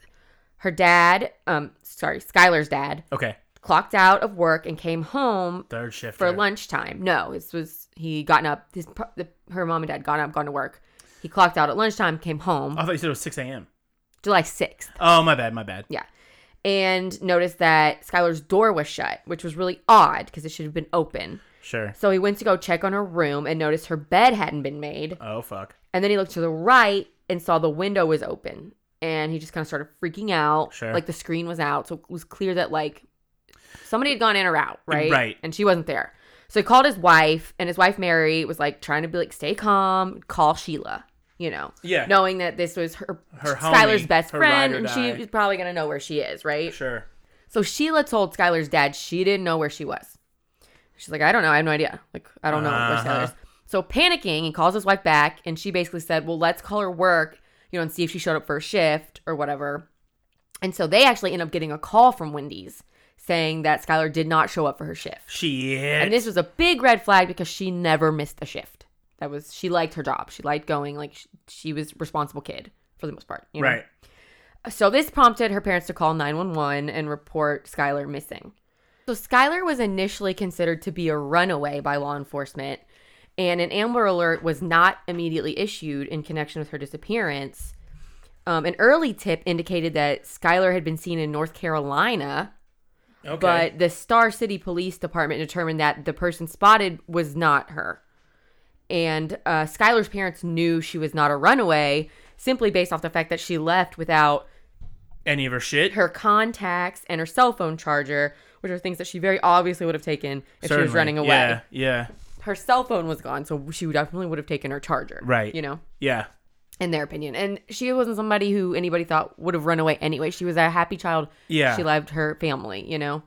[SPEAKER 1] her dad, um, sorry, Skylar's dad,
[SPEAKER 3] Okay.
[SPEAKER 1] clocked out of work and came home
[SPEAKER 3] Third shift.
[SPEAKER 1] for lunchtime. No, this was he gotten up. His pro- the, her mom and dad gotten up, gone to work. He clocked out at lunchtime, came home
[SPEAKER 3] I thought you said it was 6 a.m.
[SPEAKER 1] July 6th.
[SPEAKER 3] Oh, my bad, my bad.
[SPEAKER 1] Yeah. And noticed that Skylar's door was shut, which was really odd because it should have been open.
[SPEAKER 3] Sure.
[SPEAKER 1] So he went to go check on her room and noticed her bed hadn't been made.
[SPEAKER 3] Oh, fuck.
[SPEAKER 1] And then he looked to the right and saw the window was open. And he just kind of started freaking out.
[SPEAKER 3] Sure.
[SPEAKER 1] Like the screen was out. So it was clear that like somebody had gone in or out, right?
[SPEAKER 3] Right.
[SPEAKER 1] And she wasn't there. So he called his wife, and his wife Mary was like trying to be like, stay calm, call Sheila, you know.
[SPEAKER 3] Yeah.
[SPEAKER 1] Knowing that this was her,
[SPEAKER 3] Her
[SPEAKER 1] Skylar's
[SPEAKER 3] homie,
[SPEAKER 1] best
[SPEAKER 3] her ride
[SPEAKER 1] friend,
[SPEAKER 3] or
[SPEAKER 1] and
[SPEAKER 3] die.
[SPEAKER 1] she's probably gonna know where she is, right?
[SPEAKER 3] Sure.
[SPEAKER 1] So Sheila told Skylar's dad she didn't know where she was. She's like, I don't know. I have no idea. Like, I don't know where
[SPEAKER 3] Uh-huh.
[SPEAKER 1] Skylar's. So panicking, he calls his wife back, and she basically said, "Well, let's call her work, you know, and see if she showed up for a shift or whatever." And so they actually end up getting a call from Wendy's saying that Skylar did not show up for her shift,
[SPEAKER 3] Shit.
[SPEAKER 1] and this was a big red flag because she never missed a shift. That was she liked her job. She liked going. Like she, she was responsible kid for the most part. You know?
[SPEAKER 3] right.
[SPEAKER 1] So this prompted her parents to call 911 and report Skylar missing. So Skylar was initially considered to be a runaway by law enforcement, and an Amber Alert was not immediately issued in connection with her disappearance. Um, an early tip indicated that Skylar had been seen in North Carolina,
[SPEAKER 3] Okay.
[SPEAKER 1] but the Star City Police Department determined that the person spotted was not her. And uh, Skylar's parents knew she was not a runaway simply based off the fact that she left without
[SPEAKER 3] Any of her shit?
[SPEAKER 1] her contacts and her cell phone charger, which are things that she very obviously would have taken if she was
[SPEAKER 3] Certainly.
[SPEAKER 1] running away.
[SPEAKER 3] Yeah. Yeah.
[SPEAKER 1] Her cell phone was gone, so she definitely would have taken her charger.
[SPEAKER 3] Right.
[SPEAKER 1] You know,
[SPEAKER 3] Yeah.
[SPEAKER 1] in their opinion. And she wasn't somebody who anybody thought would have run away anyway. She was a happy child.
[SPEAKER 3] Yeah.
[SPEAKER 1] She loved her family, you know?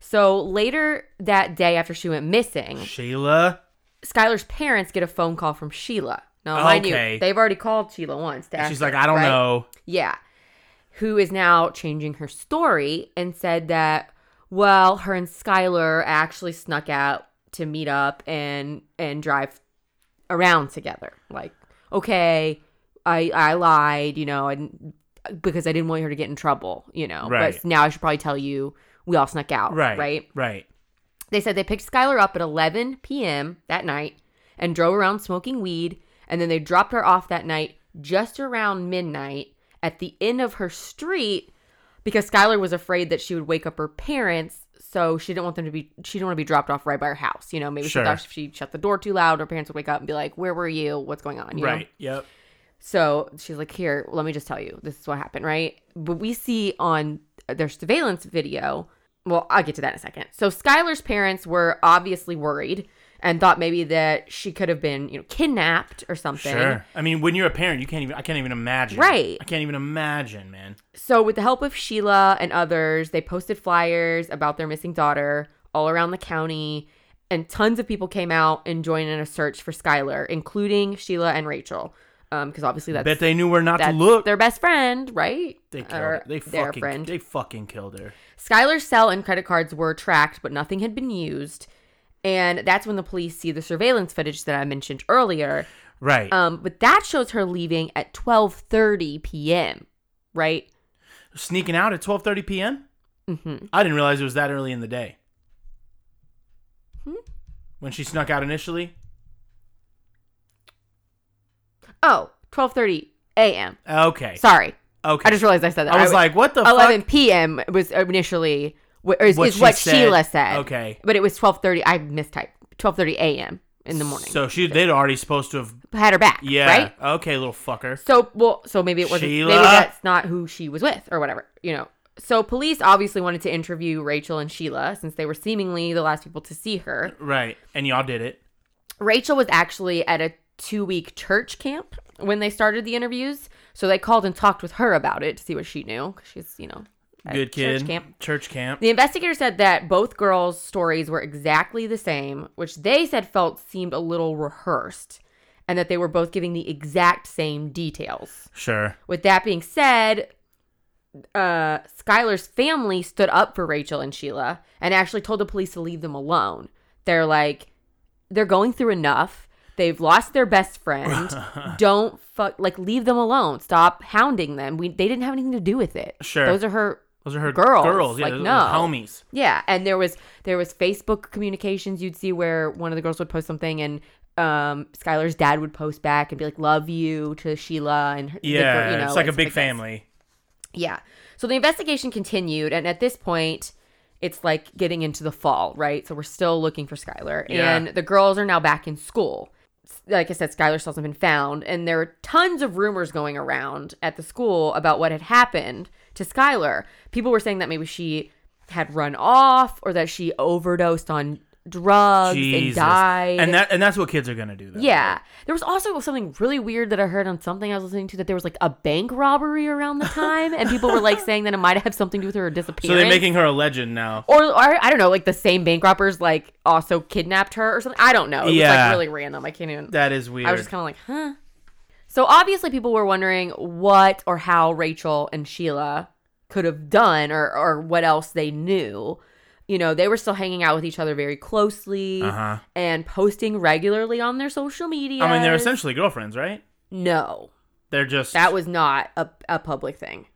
[SPEAKER 1] So later that day after she went missing,
[SPEAKER 3] Sheila.
[SPEAKER 1] Skylar's parents get a phone call from Sheila. Now, mind
[SPEAKER 3] Okay.
[SPEAKER 1] you, they've already called Sheila once. To ask
[SPEAKER 3] She's
[SPEAKER 1] her,
[SPEAKER 3] like, I don't
[SPEAKER 1] right?
[SPEAKER 3] know.
[SPEAKER 1] Yeah. Who is now changing her story and said that, well, her and Skylar actually snuck out to meet up and and drive around together. Like, okay, I I lied, you know, and because I didn't want her to get in trouble, you know.
[SPEAKER 3] Right.
[SPEAKER 1] But now I should probably tell you we all snuck out.
[SPEAKER 3] Right.
[SPEAKER 1] Right.
[SPEAKER 3] Right.
[SPEAKER 1] They said they picked Skylar up at 11 p.m. that night and drove around smoking weed, and then they dropped her off that night just around midnight at the end of her street because Skylar was afraid that she would wake up her parents, so she didn't want them to be she didn't want to be dropped off right by her house. You know, maybe
[SPEAKER 3] Sure.
[SPEAKER 1] she thought if she shut the door too loud, her parents would wake up and be like, "Where were you? What's going on?" You know?
[SPEAKER 3] Right. Yep.
[SPEAKER 1] So she's like, here, let me just tell you, this is what happened, right? But we see on uh, their surveillance video, well, I'll get to that in a second. So Skylar's parents were obviously worried and thought maybe that she could have been, you know, kidnapped or something.
[SPEAKER 3] Sure. I mean, when you're a parent, you can't even. I can't even imagine.
[SPEAKER 1] Right.
[SPEAKER 3] I can't even imagine, man.
[SPEAKER 1] So with the help of Sheila and others, they posted flyers about their missing daughter all around the county, and tons of people came out and joined in a search for Skylar, including Sheila and Rachel, because obviously that's
[SPEAKER 3] Bet they knew where not to
[SPEAKER 1] that's
[SPEAKER 3] look.
[SPEAKER 1] their best friend, right?
[SPEAKER 3] They killed
[SPEAKER 1] Or
[SPEAKER 3] her. They
[SPEAKER 1] their
[SPEAKER 3] fucking.
[SPEAKER 1] friend.
[SPEAKER 3] They fucking killed her.
[SPEAKER 1] Skylar's cell and credit cards were tracked, but nothing had been used. And that's when the police see the surveillance footage that I mentioned earlier.
[SPEAKER 3] Right.
[SPEAKER 1] Um, but that shows her leaving at 12:30 p.m. Right?
[SPEAKER 3] Sneaking out at 12:30 p.m.
[SPEAKER 1] Mm-hmm.
[SPEAKER 3] I didn't realize it was that early in the day.
[SPEAKER 1] Hmm?
[SPEAKER 3] When she snuck out initially.
[SPEAKER 1] Oh, 12:30 a.m.
[SPEAKER 3] Okay.
[SPEAKER 1] Sorry,
[SPEAKER 3] okay.
[SPEAKER 1] I just realized I said that.
[SPEAKER 3] I was
[SPEAKER 1] w-
[SPEAKER 3] like, what the
[SPEAKER 1] 11
[SPEAKER 3] fuck?
[SPEAKER 1] p.m. was initially wh- or is,
[SPEAKER 3] What
[SPEAKER 1] is
[SPEAKER 3] she
[SPEAKER 1] what
[SPEAKER 3] said.
[SPEAKER 1] Sheila said.
[SPEAKER 3] Okay.
[SPEAKER 1] but it was twelve thirty. I mistyped twelve thirty a.m. in the morning.
[SPEAKER 3] So she they'd already supposed to have.
[SPEAKER 1] had her back.
[SPEAKER 3] Yeah.
[SPEAKER 1] Right.
[SPEAKER 3] Okay, little fucker.
[SPEAKER 1] So well, so maybe it wasn't.
[SPEAKER 3] Sheila?
[SPEAKER 1] Maybe that's not who she was with, or whatever. You know. So police obviously wanted to interview Rachel and Sheila since they were seemingly the last people to see her.
[SPEAKER 3] Right. And y'all did it.
[SPEAKER 1] Rachel was actually at a two-week church camp when they started the interviews, so they called and talked with her about it to see what she knew. 'cause She's you know at
[SPEAKER 3] Good kid.
[SPEAKER 1] church camp.
[SPEAKER 3] Church camp.
[SPEAKER 1] The investigator said that both girls' stories were exactly the same, which they said felt seemed a little rehearsed, and that they were both giving the exact same details.
[SPEAKER 3] Sure.
[SPEAKER 1] With that being said, uh, Skylar's family stood up for Rachel and Sheila and actually told the police to leave them alone. They're like, they're going through enough. They've lost their best friend. Don't fuck like leave them alone. Stop hounding them. We they didn't have anything to do with it.
[SPEAKER 3] Sure.
[SPEAKER 1] those are her.
[SPEAKER 3] Those are her
[SPEAKER 1] Girls,
[SPEAKER 3] Girls. Yeah.
[SPEAKER 1] like,
[SPEAKER 3] those are
[SPEAKER 1] no.
[SPEAKER 3] Homies.
[SPEAKER 1] Yeah, and there was there was Facebook communications you'd see where one of the girls would post something and um Skylar's dad would post back and be like "love you" to Sheila and her, the girl-
[SPEAKER 3] Yeah.
[SPEAKER 1] you know,
[SPEAKER 3] it's like a
[SPEAKER 1] and stuff
[SPEAKER 3] big
[SPEAKER 1] that.
[SPEAKER 3] family.
[SPEAKER 1] Yeah. So the investigation continued, and at this point, it's like getting into the fall, right? So we're still looking for Skylar,
[SPEAKER 3] Yeah.
[SPEAKER 1] and the girls are now back in school. S- Like I said, Skylar still hasn't been found, and there are tons of rumors going around at the school about what had happened to Skylar. People were saying that maybe she had run off, or that she overdosed on drugs and
[SPEAKER 3] Jesus.
[SPEAKER 1] died.
[SPEAKER 3] And that and that's what kids are gonna do. Though.
[SPEAKER 1] Yeah. There was also something really weird that I heard on something I was listening to that there was like a bank robbery around the time and people were like saying that it might have something to do with her
[SPEAKER 3] So
[SPEAKER 1] disappearance.
[SPEAKER 3] they're making her a legend now.
[SPEAKER 1] or, or I don't know, like the same bank robbers like also kidnapped her or something. I don't know. It was
[SPEAKER 3] Yeah.
[SPEAKER 1] like really random. I can't even
[SPEAKER 3] That is weird.
[SPEAKER 1] I was just kind of like, "Huh." So obviously people were wondering what or how Rachel and Sheila could have done or or what else they knew. You know, they were still hanging out with each other very closely
[SPEAKER 3] Uh-huh.
[SPEAKER 1] and posting regularly on their social media.
[SPEAKER 3] I mean, they're essentially girlfriends, right?
[SPEAKER 1] No,
[SPEAKER 3] They're just.
[SPEAKER 1] that was not a, a public thing.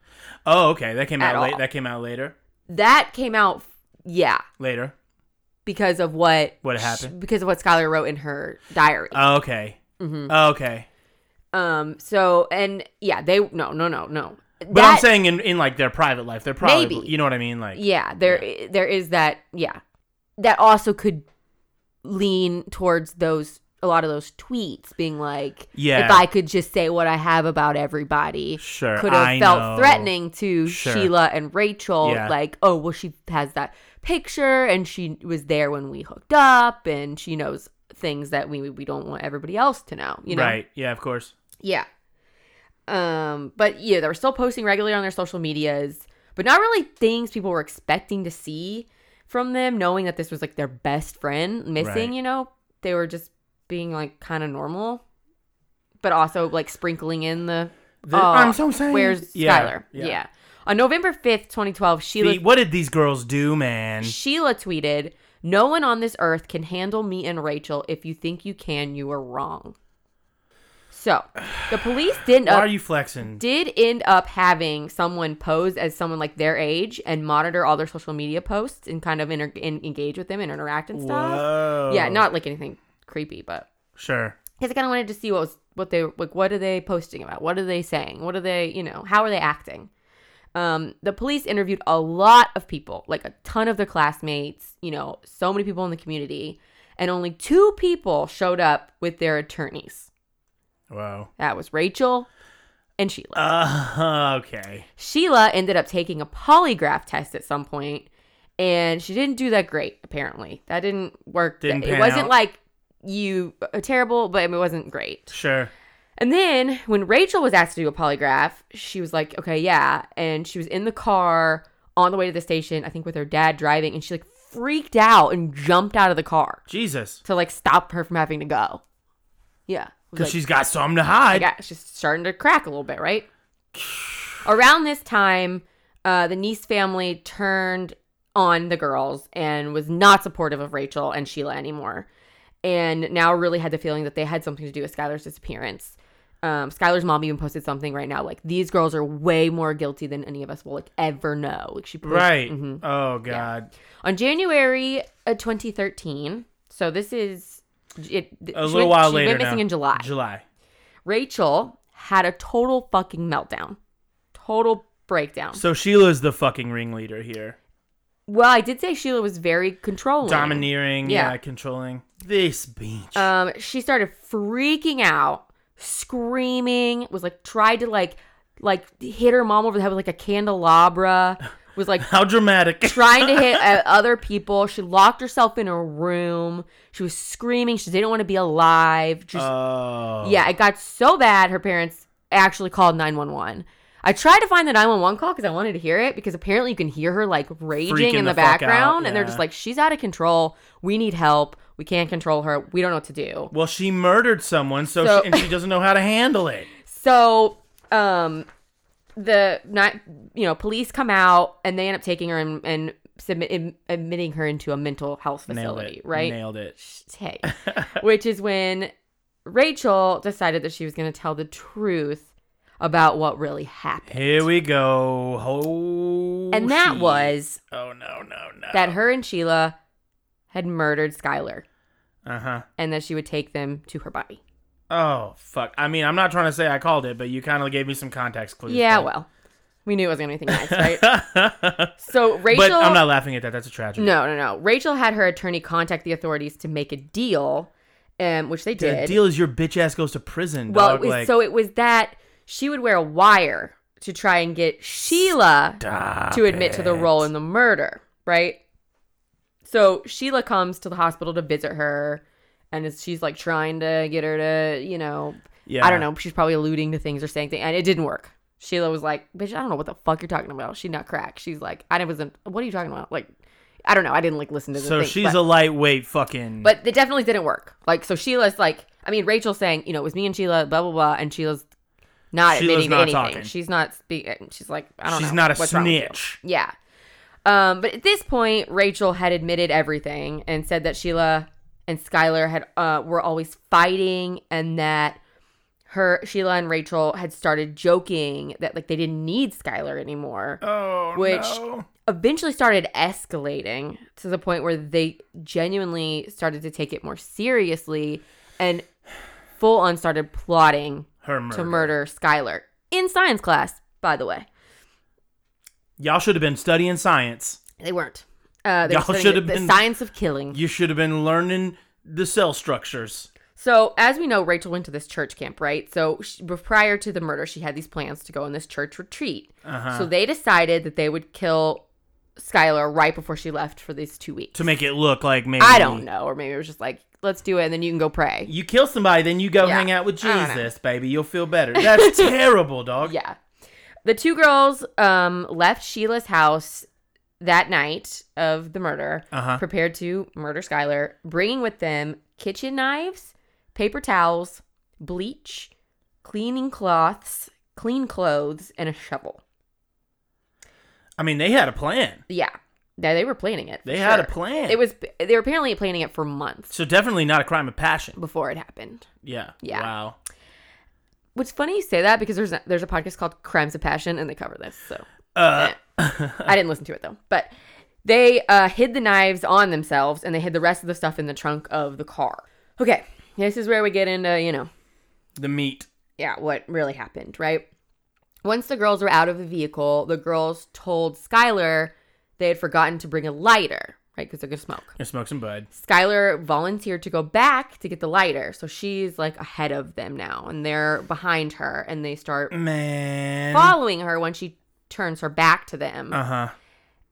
[SPEAKER 3] oh, okay. That came
[SPEAKER 1] At
[SPEAKER 3] out late.
[SPEAKER 1] all.
[SPEAKER 3] That came out later.
[SPEAKER 1] That came out, yeah,
[SPEAKER 3] Later.
[SPEAKER 1] because of what
[SPEAKER 3] What happened?
[SPEAKER 1] because of what Skylar wrote in her diary.
[SPEAKER 3] Oh, okay. Oh,
[SPEAKER 1] Mhm.
[SPEAKER 3] okay.
[SPEAKER 1] um. So and yeah, they no no no no.
[SPEAKER 3] But I'm saying in, in like their private life, they're probably
[SPEAKER 1] Maybe.
[SPEAKER 3] you know what I mean, like
[SPEAKER 1] yeah, there there is that yeah, that also could lean towards those a lot of those tweets being like
[SPEAKER 3] Yeah.
[SPEAKER 1] if i could just say what i have about everybody
[SPEAKER 3] Sure,
[SPEAKER 1] could have
[SPEAKER 3] I
[SPEAKER 1] felt
[SPEAKER 3] know.
[SPEAKER 1] threatening to
[SPEAKER 3] Sure.
[SPEAKER 1] sheila and rachel
[SPEAKER 3] Yeah.
[SPEAKER 1] like oh well she has that picture and she was there when we hooked up and she knows things that we we don't want everybody else to know you know
[SPEAKER 3] right? Yeah, of course.
[SPEAKER 1] yeah. Um, but yeah, they were still posting regularly on their social medias, but not really things people were expecting to see from them, knowing that this was like their best friend missing,
[SPEAKER 3] Right.
[SPEAKER 1] you know? They were just being like kind of normal, but also like sprinkling in the
[SPEAKER 3] The-
[SPEAKER 1] "Oh,
[SPEAKER 3] I'm so sad."
[SPEAKER 1] Where's
[SPEAKER 3] Yeah,
[SPEAKER 1] Skylar? Yeah.
[SPEAKER 3] yeah.
[SPEAKER 1] On November 5th, 2012, Sheila
[SPEAKER 3] See, what did these girls do, man?
[SPEAKER 1] Sheila tweeted, "No one on this earth can handle me and Rachel. If you think you can, you are wrong." So, the police didn't
[SPEAKER 3] Why
[SPEAKER 1] up-
[SPEAKER 3] are you flexing?
[SPEAKER 1] did end up having someone pose as someone like their age and monitor all their social media posts and kind of inter- in- engage with them and interact and stuff.
[SPEAKER 3] Whoa.
[SPEAKER 1] Yeah, not like anything creepy, but
[SPEAKER 3] sure.
[SPEAKER 1] because I kind of wanted to see what was what they like. What are they posting about? What are they saying? What are they you know? How are they acting? Um, the police interviewed a lot of people, like a ton of their classmates. You know, so many people in the community, and only two people showed up with their attorneys.
[SPEAKER 3] Wow.
[SPEAKER 1] That was Rachel and Sheila.
[SPEAKER 3] Uh, okay.
[SPEAKER 1] Sheila ended up taking a polygraph test at some point, and she didn't do that great. Apparently, that didn't work.
[SPEAKER 3] Didn't
[SPEAKER 1] it
[SPEAKER 3] pan
[SPEAKER 1] wasn't
[SPEAKER 3] out.
[SPEAKER 1] like you uh, terrible, but it wasn't great.
[SPEAKER 3] Sure.
[SPEAKER 1] And then when Rachel was asked to do a polygraph, she was like, okay, yeah. And she was in the car on the way to the station, I think with her dad driving, and she like freaked out and jumped out of the car
[SPEAKER 3] Jesus,
[SPEAKER 1] to like stop her from having to go. Yeah. It was
[SPEAKER 3] because
[SPEAKER 1] like-
[SPEAKER 3] she's got something to hide.
[SPEAKER 1] yeah, she's starting to crack a little bit, right? Around this time, uh, the niece family turned on the girls and was not supportive of Rachel and Sheila anymore, and now really had the feeling that they had something to do with Skylar's disappearance. Um, Skylar's mom even posted something right now, like these girls are way more guilty than any of us will like ever know. Like mm-hmm. she posted
[SPEAKER 3] Right. Oh God.
[SPEAKER 1] on January uh, 2013. So this is it,
[SPEAKER 3] A little while
[SPEAKER 1] she
[SPEAKER 3] later.
[SPEAKER 1] Went missing
[SPEAKER 3] now.
[SPEAKER 1] in July.
[SPEAKER 3] July.
[SPEAKER 1] Rachel had a total fucking meltdown, total breakdown.
[SPEAKER 3] So Sheila's the fucking ringleader here.
[SPEAKER 1] Well, I did say Sheila was very controlling.
[SPEAKER 3] Domineering,
[SPEAKER 1] Yeah.
[SPEAKER 3] yeah. controlling. This beach.
[SPEAKER 1] Um, she started freaking out, screaming. Was like tried to like like hit her mom over the head with like a candelabra. Was like
[SPEAKER 3] How dramatic.
[SPEAKER 1] trying to hit uh, other people. She locked herself in her room. She was screaming. She didn't want to be alive. Just
[SPEAKER 3] Oh.
[SPEAKER 1] yeah, it got so bad. Her parents actually called nine one one. I tried to find the nine one one call because I wanted to hear it because apparently you can hear her like raging
[SPEAKER 3] Freaking
[SPEAKER 1] in the,
[SPEAKER 3] the fuck out,
[SPEAKER 1] background, and they're
[SPEAKER 3] yeah.
[SPEAKER 1] just like, "She's out of control. We need help. We can't control her. We don't know what to do."
[SPEAKER 3] Well, she murdered someone, so,
[SPEAKER 1] So-
[SPEAKER 3] she, and she doesn't know how to handle it.
[SPEAKER 1] So, um, the not you know police come out and they end up taking her and, and submit, in, admitting her into a mental health
[SPEAKER 3] Nailed
[SPEAKER 1] facility,
[SPEAKER 3] it.
[SPEAKER 1] right?
[SPEAKER 3] Nailed it.
[SPEAKER 1] Hey, which is when Rachel decided that she was going to tell the truth about what really happened,
[SPEAKER 3] Here we go. Oh,
[SPEAKER 1] and that
[SPEAKER 3] shit.
[SPEAKER 1] was
[SPEAKER 3] Oh no no no.
[SPEAKER 1] that her and Sheila had murdered Skylar
[SPEAKER 3] Uh huh.
[SPEAKER 1] and that she would take them to her body.
[SPEAKER 3] Oh fuck. I mean, I'm not trying to say I called it, but you kind of gave me some context clues.
[SPEAKER 1] Yeah,
[SPEAKER 3] but-
[SPEAKER 1] well, we knew it wasn't anything nice, right? so Rachel,
[SPEAKER 3] But I'm not laughing at that. That's a tragedy.
[SPEAKER 1] No, no, no. Rachel had her attorney contact the authorities to make a deal, um, which they
[SPEAKER 3] The
[SPEAKER 1] did.
[SPEAKER 3] deal is your bitch ass goes to prison.
[SPEAKER 1] well,
[SPEAKER 3] dog.
[SPEAKER 1] it was,
[SPEAKER 3] like,
[SPEAKER 1] so it was that she would wear a wire to try and get Sheila
[SPEAKER 3] stop
[SPEAKER 1] to admit to the
[SPEAKER 3] it.
[SPEAKER 1] role in the murder, right? So Sheila comes to the hospital to visit her, and it's, she's like trying to get her to, you know,
[SPEAKER 3] Yeah.
[SPEAKER 1] I don't know. She's probably alluding to things or saying things, and it didn't work. Sheila was like, "Bitch, I don't know what the fuck you're talking about." She not crack. She's like, "I wasn't. What are you talking about?" Like, I don't know. I didn't like listen to. The
[SPEAKER 3] So
[SPEAKER 1] thing,
[SPEAKER 3] she's
[SPEAKER 1] but-
[SPEAKER 3] a lightweight fucking.
[SPEAKER 1] but it definitely didn't work. Like, so Sheila's like, I mean, Rachel's saying, you know, it was me and Sheila, blah blah blah, and Sheila's not
[SPEAKER 3] Sheila's
[SPEAKER 1] admitting to
[SPEAKER 3] not
[SPEAKER 1] anything.
[SPEAKER 3] talking.
[SPEAKER 1] She's not speaking. She's like, I don't know.
[SPEAKER 3] she's not a
[SPEAKER 1] what's wrong with you."
[SPEAKER 3] snitch.
[SPEAKER 1] Yeah. Um, but at this point, Rachel had admitted everything and said that Sheila and Skylar had uh, were always fighting and that her Sheila and Rachel had started joking that like they didn't need Skylar anymore
[SPEAKER 3] Oh
[SPEAKER 1] Which-
[SPEAKER 3] no.
[SPEAKER 1] eventually started escalating to the point where they genuinely started to take it more seriously and full on started plotting
[SPEAKER 3] Her murder.
[SPEAKER 1] to murder Skylar in science class, by the way.
[SPEAKER 3] Y'all should have been studying science.
[SPEAKER 1] They weren't. Uh, they
[SPEAKER 3] Y'all
[SPEAKER 1] were
[SPEAKER 3] should
[SPEAKER 1] studying
[SPEAKER 3] have
[SPEAKER 1] the
[SPEAKER 3] been-
[SPEAKER 1] science of killing.
[SPEAKER 3] You should have been learning the cell structures.
[SPEAKER 1] So, as we know, Rachel went to this church camp, right? So, she, but prior to the murder, she had these plans to go on this church retreat.
[SPEAKER 3] Uh-huh.
[SPEAKER 1] So, they decided that they would kill Skylar right before she left for these two weeks.
[SPEAKER 3] to make it look like maybe
[SPEAKER 1] I don't know. Or maybe it was just like, let's do it and then you can go pray.
[SPEAKER 3] You kill somebody, then you go
[SPEAKER 1] Yeah.
[SPEAKER 3] hang out with
[SPEAKER 1] I don't know.
[SPEAKER 3] Jesus, baby. You'll feel better. That's terrible, dog.
[SPEAKER 1] Yeah. The two girls um, left Sheila's house that night of the murder,
[SPEAKER 3] Uh-huh.
[SPEAKER 1] prepared to murder Skylar, bringing with them kitchen knives, paper towels, bleach, cleaning cloths, clean clothes, and a shovel.
[SPEAKER 3] I mean, they had a plan.
[SPEAKER 1] Yeah. They, they were planning it. for
[SPEAKER 3] They had a
[SPEAKER 1] sure.
[SPEAKER 3] plan.
[SPEAKER 1] It was they were apparently planning it for months
[SPEAKER 3] so definitely not a crime of passion.
[SPEAKER 1] before it happened.
[SPEAKER 3] Yeah.
[SPEAKER 1] Yeah.
[SPEAKER 3] Wow.
[SPEAKER 1] What's funny you say that because there's a, there's a podcast called Crimes of Passion and they cover this. So
[SPEAKER 3] Uh,
[SPEAKER 1] I didn't listen to it though. But they uh, hid the knives on themselves and they hid the rest of the stuff in the trunk of the car. Okay, this is where we get into, you know,
[SPEAKER 3] the meat.
[SPEAKER 1] yeah, what really happened, right? Once the girls were out of the vehicle, the girls told Skylar they had forgotten to bring a lighter, right? Because they're going to smoke.
[SPEAKER 3] And smoke some bud.
[SPEAKER 1] Skylar volunteered to go back to get the lighter. So she's like ahead of them now and they're behind her and they start
[SPEAKER 3] Man.
[SPEAKER 1] following her when she turns her back to them
[SPEAKER 3] Uh huh.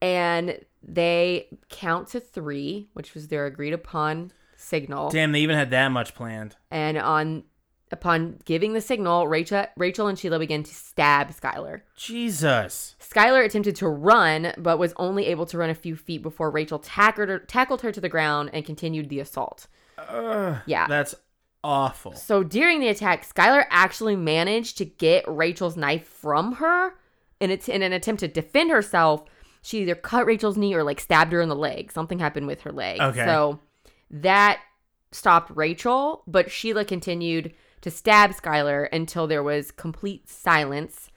[SPEAKER 1] and they count to three, which was their agreed upon signal.
[SPEAKER 3] Damn, they even had that much planned.
[SPEAKER 1] And on upon giving the signal, Rachel, Rachel and Sheila began to stab Skylar.
[SPEAKER 3] Jesus.
[SPEAKER 1] Skylar attempted to run, but was only able to run a few feet before Rachel tackled her, tackled her to the ground and continued the assault.
[SPEAKER 3] Ugh.
[SPEAKER 1] Yeah.
[SPEAKER 3] That's awful.
[SPEAKER 1] So during the attack, Skylar actually managed to get Rachel's knife from her in, a in an attempt to defend herself. She either cut Rachel's knee or like stabbed her in the leg. Something happened with her leg.
[SPEAKER 3] Okay.
[SPEAKER 1] So that stopped Rachel, but Sheila continued to stab Skylar until there was complete silence.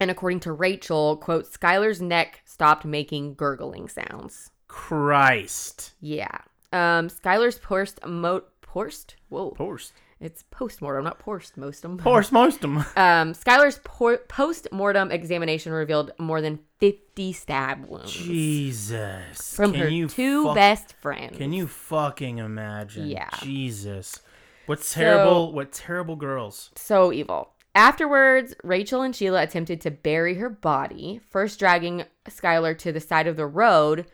[SPEAKER 1] And according to Rachel, quote, Skylar's neck stopped making gurgling sounds.
[SPEAKER 3] Christ.
[SPEAKER 1] Yeah. Um, Skylar's forced mo- forced? Whoa
[SPEAKER 3] Post.
[SPEAKER 1] It's postmortem, not postmortem.
[SPEAKER 3] Horse most of 'em.
[SPEAKER 1] Um, Skylar's por- post-mortem examination revealed more than 50 stab wounds
[SPEAKER 3] Jesus.
[SPEAKER 1] from
[SPEAKER 3] Can
[SPEAKER 1] her
[SPEAKER 3] you
[SPEAKER 1] two
[SPEAKER 3] fuck-
[SPEAKER 1] best friends.
[SPEAKER 3] Can you fucking imagine?
[SPEAKER 1] Yeah.
[SPEAKER 3] Jesus. What terrible, what terrible girls.
[SPEAKER 1] so evil. Afterwards, Rachel and Sheila attempted to bury her body, first dragging Skylar to the side of the road,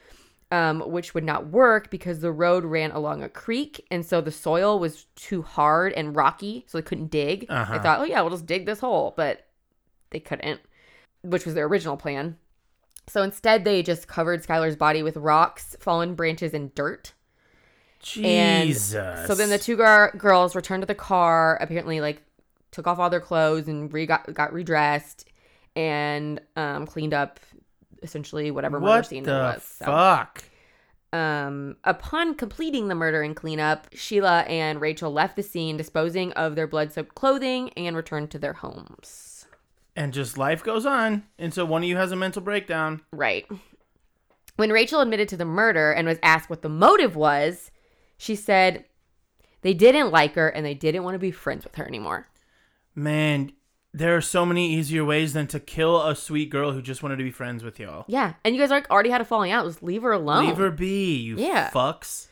[SPEAKER 1] um, which would not work because the road ran along a creek, and so the soil was too hard and rocky, so they couldn't dig.
[SPEAKER 3] Uh-huh.
[SPEAKER 1] They thought, oh yeah, we'll just dig this hole, but they couldn't, which was their original plan. So instead, they just covered Skylar's body with rocks, fallen branches, and dirt. And
[SPEAKER 3] Jesus.
[SPEAKER 1] So then the two gar- girls returned to the car, apparently like took off all their clothes and re- got, got redressed and um, cleaned up essentially whatever murder
[SPEAKER 3] what
[SPEAKER 1] scene
[SPEAKER 3] the
[SPEAKER 1] there was. So,
[SPEAKER 3] fuck?
[SPEAKER 1] um, upon completing the murder and cleanup, Sheila and Rachel left the scene, disposing of their blood-soaked clothing and returned to their homes.
[SPEAKER 3] And just life goes on until one of you has a mental breakdown.
[SPEAKER 1] Right. When Rachel admitted to the murder and was asked what the motive was, she said they didn't like her and they didn't want to be friends with her anymore.
[SPEAKER 3] Man, there are so many easier ways than to kill a sweet girl who just wanted to be friends with y'all.
[SPEAKER 1] Yeah, and you guys like already had a falling out. Just leave her alone.
[SPEAKER 3] Leave her be, you
[SPEAKER 1] Oh. Yeah.
[SPEAKER 3] fucks.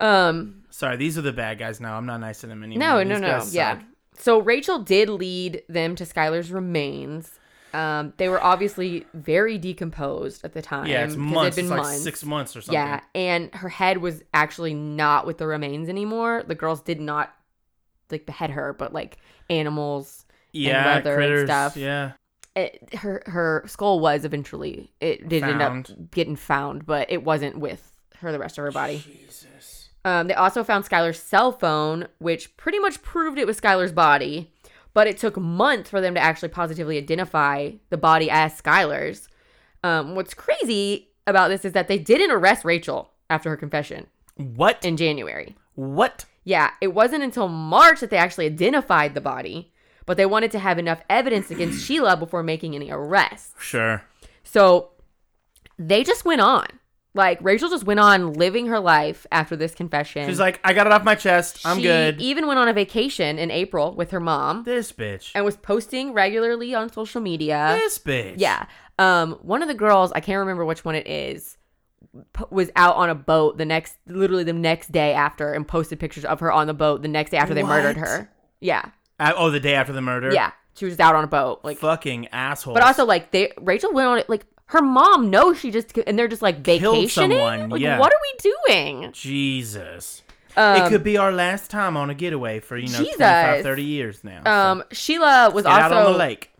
[SPEAKER 1] Um,
[SPEAKER 3] Sorry, these are the bad guys now. I'm not nice to them anymore.
[SPEAKER 1] no,
[SPEAKER 3] These
[SPEAKER 1] no, no.
[SPEAKER 3] guys
[SPEAKER 1] Yeah.
[SPEAKER 3] suck.
[SPEAKER 1] So Rachel did lead them to Skylar's remains. Um, they were obviously very decomposed at the time.
[SPEAKER 3] Yeah, it's
[SPEAKER 1] 'cause
[SPEAKER 3] months.
[SPEAKER 1] It'd been
[SPEAKER 3] It's like
[SPEAKER 1] months.
[SPEAKER 3] six months or something.
[SPEAKER 1] yeah, and her head was actually not with the remains anymore. The girls did not like behead her, but like animals.
[SPEAKER 3] yeah,
[SPEAKER 1] leather and
[SPEAKER 3] critters,
[SPEAKER 1] stuff.
[SPEAKER 3] Yeah,
[SPEAKER 1] It, her her skull was eventually it did end
[SPEAKER 3] Found.
[SPEAKER 1] up getting found, but it wasn't with her the rest of her body.
[SPEAKER 3] Jesus.
[SPEAKER 1] Um, they also found Skylar's cell phone, which pretty much proved it was Skylar's body, but it took months for them to actually positively identify the body as Skylar's. Um, what's crazy about this is that they didn't arrest Rachel after her confession
[SPEAKER 3] What?
[SPEAKER 1] in January.
[SPEAKER 3] what?
[SPEAKER 1] Yeah, it wasn't until March that they actually identified the body, but they wanted to have enough evidence against Sheila before making any arrests.
[SPEAKER 3] Sure.
[SPEAKER 1] So they just went on. Like, Rachel just went on living her life after this confession.
[SPEAKER 3] She's like, I got it off my chest. I'm
[SPEAKER 1] she e-,
[SPEAKER 3] good.
[SPEAKER 1] Even went on a vacation in April with her mom
[SPEAKER 3] this bitch.
[SPEAKER 1] and was posting regularly on social media.
[SPEAKER 3] this bitch.
[SPEAKER 1] Yeah. Um, one of the girls, I can't remember which one it is, po- was out on a boat the next, literally the next day after, and posted pictures of her on the boat the next day after they murdered
[SPEAKER 3] What?
[SPEAKER 1] her. Yeah.
[SPEAKER 3] Uh, oh, the day after the murder.
[SPEAKER 1] Yeah. She was out on a boat. Like,
[SPEAKER 3] Fucking asshole.
[SPEAKER 1] but also like they Rachel went on it like her mom knows she just and they're just like
[SPEAKER 3] Killed
[SPEAKER 1] vacationing.
[SPEAKER 3] someone,
[SPEAKER 1] Like,
[SPEAKER 3] yeah.
[SPEAKER 1] what are we doing?
[SPEAKER 3] Jesus.
[SPEAKER 1] Um,
[SPEAKER 3] it could be our last time on a getaway for you know
[SPEAKER 1] Jesus.
[SPEAKER 3] 25, 30 years now. so
[SPEAKER 1] um, Sheila was
[SPEAKER 3] get out
[SPEAKER 1] also
[SPEAKER 3] on the lake.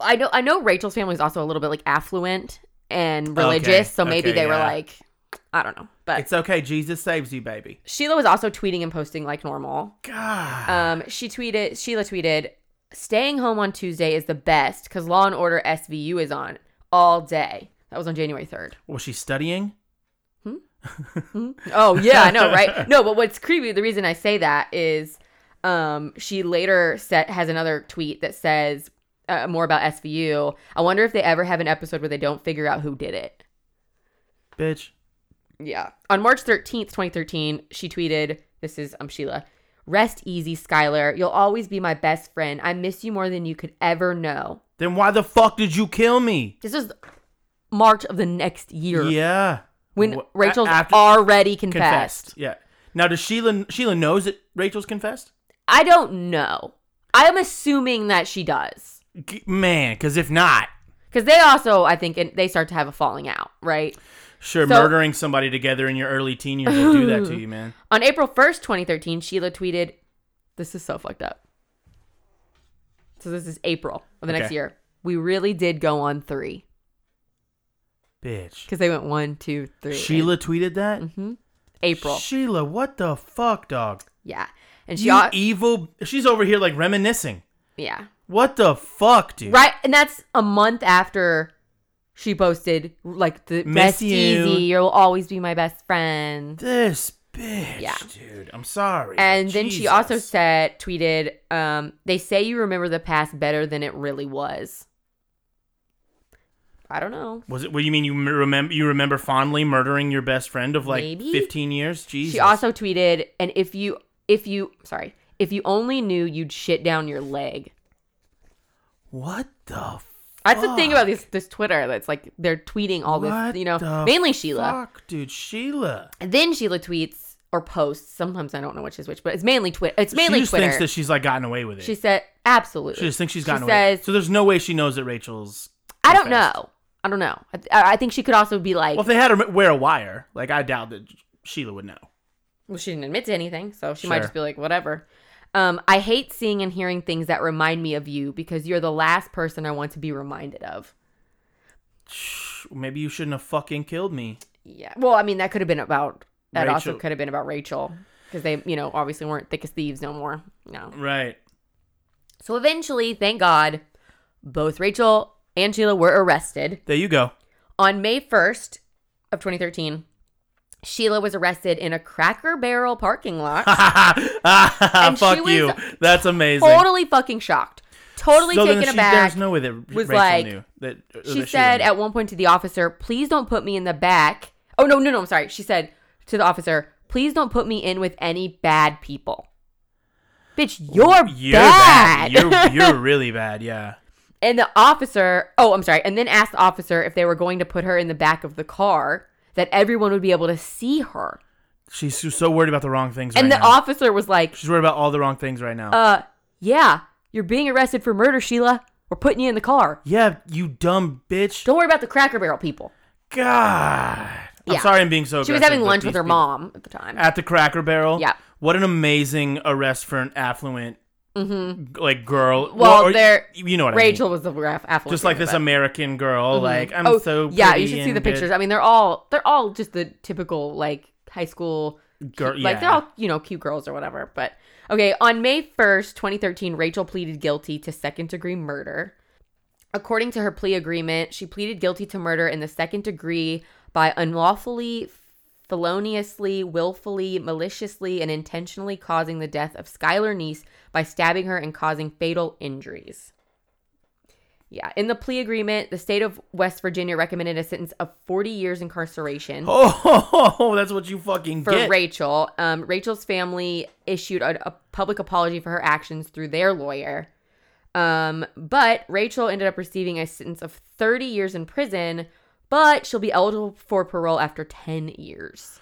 [SPEAKER 1] I know I know Rachel's family is also a little bit like affluent and religious,
[SPEAKER 3] Okay,
[SPEAKER 1] so maybe
[SPEAKER 3] okay,
[SPEAKER 1] they were
[SPEAKER 3] yeah.
[SPEAKER 1] like, I don't know. But
[SPEAKER 3] It's okay. Jesus saves you, baby.
[SPEAKER 1] Sheila was also tweeting and posting like normal.
[SPEAKER 3] God.
[SPEAKER 1] Um, she tweeted, Sheila tweeted, "Staying home on Tuesday is the best because Law and Order SVU is on all day." That was on January third.
[SPEAKER 3] Was she studying? Hmm?
[SPEAKER 1] Oh yeah, I know, right? No, but what's creepy? The reason I say that is, um, she later set has another tweet that says uh, more about SVU. I wonder if they ever have an episode where they don't figure out who did it.
[SPEAKER 3] Bitch.
[SPEAKER 1] Yeah. On March 13th, 2013, she tweeted, This is um, Sheila. Rest easy, Skylar. You'll always be my best friend. I miss you more than you could ever know.
[SPEAKER 3] Then why the fuck did you kill me?
[SPEAKER 1] This is March of the next year
[SPEAKER 3] Yeah.
[SPEAKER 1] when
[SPEAKER 3] Wh-
[SPEAKER 1] Rachel's
[SPEAKER 3] a- after
[SPEAKER 1] already confessed.
[SPEAKER 3] confessed. Yeah. Now does Sheila Sheila knows that Rachel's confessed?
[SPEAKER 1] I don't know. I'm assuming that she does.
[SPEAKER 3] G- man, because if not,
[SPEAKER 1] Because they also, I think, and they start to have a falling out, right?
[SPEAKER 3] sure,
[SPEAKER 1] So-
[SPEAKER 3] murdering somebody together in your early teen years will do that to you, man.
[SPEAKER 1] On April 1st, 2013, Sheila tweeted, This is so fucked up. So this is April of the next
[SPEAKER 3] Okay.
[SPEAKER 1] year. We really did go on three.
[SPEAKER 3] Bitch.
[SPEAKER 1] Because they went one, two, three. Mm-hmm.
[SPEAKER 3] Sheila tweeted that.
[SPEAKER 1] April.
[SPEAKER 3] Sheila, what the fuck, dog?
[SPEAKER 1] Yeah. And she,
[SPEAKER 3] You e-,
[SPEAKER 1] al-
[SPEAKER 3] evil. She's over here like reminiscing.
[SPEAKER 1] yeah.
[SPEAKER 3] What the fuck, dude?
[SPEAKER 1] Right. And that's a month after she posted, like, the
[SPEAKER 3] Miss
[SPEAKER 1] best
[SPEAKER 3] you.
[SPEAKER 1] easy. You'll always be my best friend.
[SPEAKER 3] This bitch,
[SPEAKER 1] Yeah.
[SPEAKER 3] dude. I'm sorry.
[SPEAKER 1] And then she also
[SPEAKER 3] Jesus.
[SPEAKER 1] said, tweeted, um, they say you remember the past better than it really was. I don't know.
[SPEAKER 3] "Was it? What do you mean? You remember? You remember fondly murdering your best friend of like
[SPEAKER 1] Maybe?
[SPEAKER 3] 15 years? Jesus.
[SPEAKER 1] She also tweeted, and if you if you sorry, if you only knew you'd shit down your leg.
[SPEAKER 3] What the
[SPEAKER 1] That's the thing about this this Twitter. That's like they're tweeting all
[SPEAKER 3] What
[SPEAKER 1] this, you know,
[SPEAKER 3] the
[SPEAKER 1] mainly Sheila.
[SPEAKER 3] fuck, dude? Sheila.
[SPEAKER 1] And then Sheila tweets or posts. Sometimes I don't know which is which, but it's mainly Twitter. It's mainly
[SPEAKER 3] she just
[SPEAKER 1] Twitter.
[SPEAKER 3] thinks that she's like gotten away with it.
[SPEAKER 1] she said, absolutely.
[SPEAKER 3] she just thinks she's gotten
[SPEAKER 1] she
[SPEAKER 3] away.
[SPEAKER 1] says-
[SPEAKER 3] so there's no way she knows that Rachel's.
[SPEAKER 1] I don't
[SPEAKER 3] confessed.
[SPEAKER 1] know. I don't know. I, I I think she could also be like,
[SPEAKER 3] Well, if they had her wear a wire, like I doubt that Sheila would know.
[SPEAKER 1] well, she didn't admit to anything, so she might
[SPEAKER 3] Sure.
[SPEAKER 1] just be like, whatever. Um, I hate seeing and hearing things that remind me of you because you're the last person I want to be reminded of.
[SPEAKER 3] Maybe you shouldn't have fucking killed me.
[SPEAKER 1] Yeah. Well, I mean, that could have been about. That also
[SPEAKER 3] Rachel.
[SPEAKER 1] could have been about Rachel because they, you know, obviously weren't thick as thieves no more. No.
[SPEAKER 3] Right.
[SPEAKER 1] So eventually, thank God, both Rachel and Sheila were arrested
[SPEAKER 3] There you go.
[SPEAKER 1] on May 1st of 2013. Sheila was arrested in a Cracker Barrel parking lot. she
[SPEAKER 3] Fuck
[SPEAKER 1] was
[SPEAKER 3] you. That's amazing.
[SPEAKER 1] totally fucking shocked, totally
[SPEAKER 3] so then
[SPEAKER 1] taken
[SPEAKER 3] she,
[SPEAKER 1] aback.
[SPEAKER 3] There's no way that
[SPEAKER 1] was
[SPEAKER 3] Rachel
[SPEAKER 1] like-
[SPEAKER 3] knew that. or
[SPEAKER 1] she
[SPEAKER 3] that
[SPEAKER 1] said
[SPEAKER 3] knew.
[SPEAKER 1] at one point to the officer, "Please don't put me in the back." Oh no, no, no! I'm sorry. She said to the officer, "Please don't put me in with any bad people." Bitch, you're,
[SPEAKER 3] You're
[SPEAKER 1] bad.
[SPEAKER 3] bad. You're, you're really bad. Yeah.
[SPEAKER 1] and the officer, oh, I'm sorry, and then asked the officer if they were going to put her in the back of the car that everyone would be able to see her.
[SPEAKER 3] She's so- so worried about the wrong things.
[SPEAKER 1] And the
[SPEAKER 3] right now.
[SPEAKER 1] officer was like,
[SPEAKER 3] She's worried about all the wrong things right now.
[SPEAKER 1] "Uh, yeah, you're being arrested for murder, Sheila. We're putting you in the car.
[SPEAKER 3] yeah, you dumb bitch.
[SPEAKER 1] Don't worry about the Cracker Barrel people."
[SPEAKER 3] God.
[SPEAKER 1] Yeah.
[SPEAKER 3] I'm sorry I'm being so
[SPEAKER 1] She was
[SPEAKER 3] aggressive,
[SPEAKER 1] having
[SPEAKER 3] Oh, but
[SPEAKER 1] lunch with
[SPEAKER 3] these
[SPEAKER 1] her
[SPEAKER 3] people-
[SPEAKER 1] mom at the time.
[SPEAKER 3] At the Cracker Barrel?
[SPEAKER 1] Yeah.
[SPEAKER 3] What an amazing arrest for an affluent, g- like, girl.
[SPEAKER 1] Mm-hmm. Well, they're-
[SPEAKER 3] You know what I mean.
[SPEAKER 1] Rachel was the graph affluent.
[SPEAKER 3] Just like
[SPEAKER 1] thing,
[SPEAKER 3] this
[SPEAKER 1] but-
[SPEAKER 3] American girl. Like, I'm
[SPEAKER 1] oh,
[SPEAKER 3] so
[SPEAKER 1] yeah, you
[SPEAKER 3] pretty
[SPEAKER 1] should see
[SPEAKER 3] and
[SPEAKER 1] the
[SPEAKER 3] good
[SPEAKER 1] pictures. I mean, they're all they're all just the typical like high school
[SPEAKER 3] Girl, yeah.
[SPEAKER 1] like they're all you know cute girls or whatever. But okay, on May first, twenty thirteen, Rachel pleaded guilty to second degree murder. According to her plea agreement, she pleaded guilty to murder in the second degree by unlawfully, feloniously, willfully, maliciously, and intentionally causing the death of Skylar Niece by stabbing her and causing fatal injuries. Yeah, in the plea agreement, the state of West Virginia recommended a sentence of 40 years incarceration
[SPEAKER 3] Oh, that's what you fucking
[SPEAKER 1] for
[SPEAKER 3] get.
[SPEAKER 1] Rachel. Um, Rachel's family issued a, a public apology for her actions through their lawyer. Um, but Rachel ended up receiving a sentence of 30 years in prison, but she'll be eligible for parole after 10 years.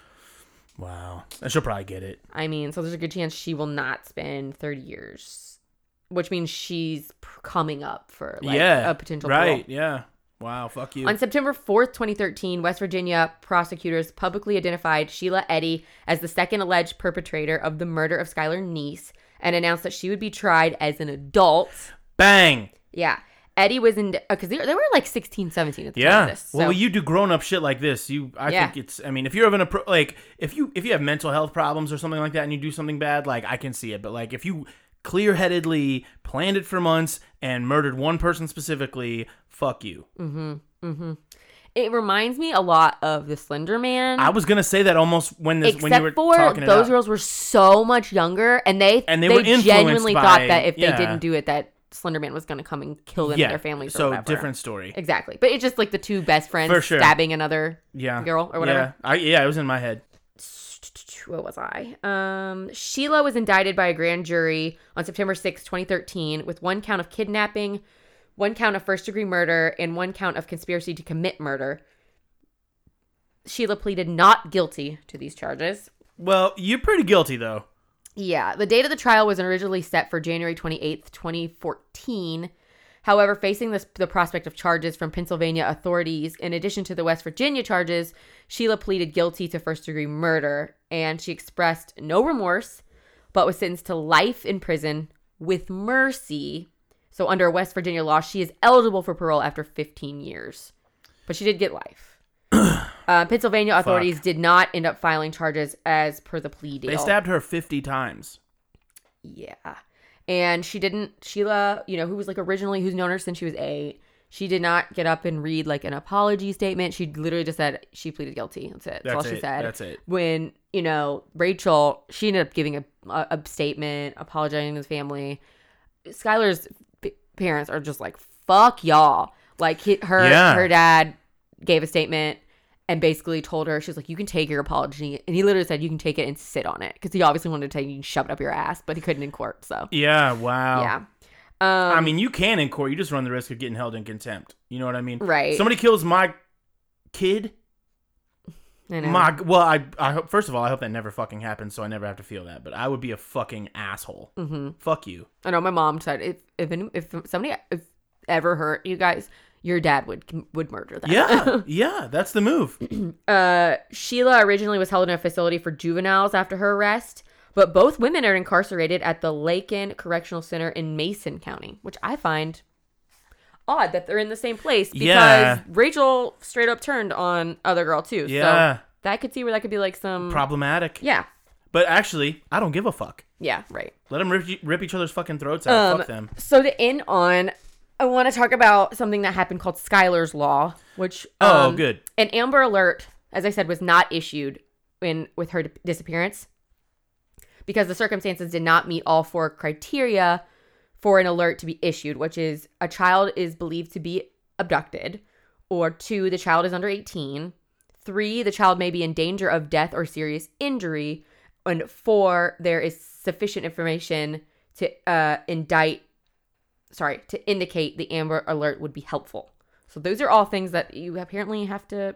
[SPEAKER 3] Wow. And she'll probably get it.
[SPEAKER 1] I mean, so there's a good chance she will not spend 30 years, which means she's pr- coming up for like
[SPEAKER 3] yeah.
[SPEAKER 1] a potential parole.
[SPEAKER 3] Right. Yeah. Wow. Fuck you.
[SPEAKER 1] On September 4th, 2013, West Virginia prosecutors publicly identified Sheila Eddy as the second alleged perpetrator of the murder of Skylar Niece and announced that she would be tried as an adult.
[SPEAKER 3] Bang.
[SPEAKER 1] Yeah. Eddie was in, because they, were- they were like 16, 17 at the time
[SPEAKER 3] Yeah.
[SPEAKER 1] of this. So
[SPEAKER 3] Well, when you do grown up shit like this, you I
[SPEAKER 1] Yeah.
[SPEAKER 3] think it's I mean, if you're having a pro- like if you if you have mental health problems or something like that and you do something bad, like I can see it, but like if you clear-headedly planned it for months and murdered one person specifically, fuck you.
[SPEAKER 1] it reminds me a lot of The Slender Man.
[SPEAKER 3] I was going to say that almost when this when you
[SPEAKER 1] Mm.
[SPEAKER 3] were
[SPEAKER 1] except for
[SPEAKER 3] talking
[SPEAKER 1] those
[SPEAKER 3] it up.
[SPEAKER 1] girls were so much younger and they,
[SPEAKER 3] And they were influenced
[SPEAKER 1] genuinely
[SPEAKER 3] by-
[SPEAKER 1] thought that if
[SPEAKER 3] yeah.
[SPEAKER 1] they didn't do it, that Slender Man was going to come and kill them
[SPEAKER 3] yeah.
[SPEAKER 1] and their families or
[SPEAKER 3] so
[SPEAKER 1] whatever.
[SPEAKER 3] different story.
[SPEAKER 1] Exactly. But it's just like the two best friends
[SPEAKER 3] For sure.
[SPEAKER 1] stabbing another
[SPEAKER 3] Yeah.
[SPEAKER 1] girl or whatever.
[SPEAKER 3] Yeah. I yeah, it was in my head.
[SPEAKER 1] What was I? Um, Sheila was indicted by a grand jury on September sixth, 2013, with one count of kidnapping, one count of first degree murder, and one count of conspiracy to commit murder. Sheila pleaded not guilty to these charges.
[SPEAKER 3] Well, you're pretty guilty though.
[SPEAKER 1] Yeah, the date of the trial was originally set for January 28th, 2014. However, facing this, the prospect of charges from Pennsylvania authorities, in addition to the West Virginia charges, Sheila pleaded guilty to first degree murder and she expressed no remorse, but was sentenced to life in prison with mercy. So, under West Virginia law, she is eligible for parole after 15 years, but she did get life. uh, Pennsylvania authorities did not end up filing charges as per the plea deal.
[SPEAKER 3] They stabbed her 50 times.
[SPEAKER 1] Yeah. And she didn't, Sheila, you know, who was like originally, who's known her since she was eight, she did not get up and read like an apology statement. She literally just said she pleaded guilty. That's it. That's, all
[SPEAKER 3] That's
[SPEAKER 1] she
[SPEAKER 3] it.
[SPEAKER 1] said.
[SPEAKER 3] That's it.
[SPEAKER 1] When, you know, Rachel, she ended up giving a, a, a statement, apologizing to the family. Skylar's p- parents are just like, fuck y'all. Like, he, her,
[SPEAKER 3] Yeah.
[SPEAKER 1] her dad gave a statement and basically told her, she was like, You can take your apology. And he literally said, You can take it and sit on it. Because he obviously wanted to take you and shove it up your ass, but he couldn't in court. So,
[SPEAKER 3] Yeah. Wow.
[SPEAKER 1] yeah. Um,
[SPEAKER 3] I mean, you can in court. You just run the risk of getting held in contempt. You know what I mean?
[SPEAKER 1] Right.
[SPEAKER 3] Somebody kills my kid.
[SPEAKER 1] I know.
[SPEAKER 3] My well, I I hope first of all, I hope that never fucking happens, so I never have to feel that. But I would be a fucking asshole. Mm-hmm. Fuck you.
[SPEAKER 1] I know my mom said, If if, any- if somebody e-, if ever hurt you guys, your dad would would murder them.
[SPEAKER 3] Yeah, yeah, that's the move.
[SPEAKER 1] Uh, Sheila originally was held in a facility for juveniles after her arrest, but both women are incarcerated at the Lakin Correctional Center in Mason County, which I find odd that they're in the same place because
[SPEAKER 3] Yeah.
[SPEAKER 1] Rachel straight up turned on other girl too.
[SPEAKER 3] Yeah.
[SPEAKER 1] So that could see where that could be like some
[SPEAKER 3] Problematic.
[SPEAKER 1] Yeah.
[SPEAKER 3] But actually, I don't give a fuck.
[SPEAKER 1] Yeah, right.
[SPEAKER 3] Let them rip, rip each other's fucking throats out.
[SPEAKER 1] Um,
[SPEAKER 3] fuck them.
[SPEAKER 1] So to end on, I want to talk about something that happened called Skylar's Law, which um,
[SPEAKER 3] Oh, good.
[SPEAKER 1] An Amber Alert, as I said, was not issued in with her disappearance because the circumstances did not meet all four criteria for an alert to be issued, which is a child is believed to be abducted, or two, the child is under 18, three, the child may be in danger of death or serious injury, and four, there is sufficient information to uh, indict, sorry, to indicate the Amber Alert would be helpful. So those are all things that you apparently have to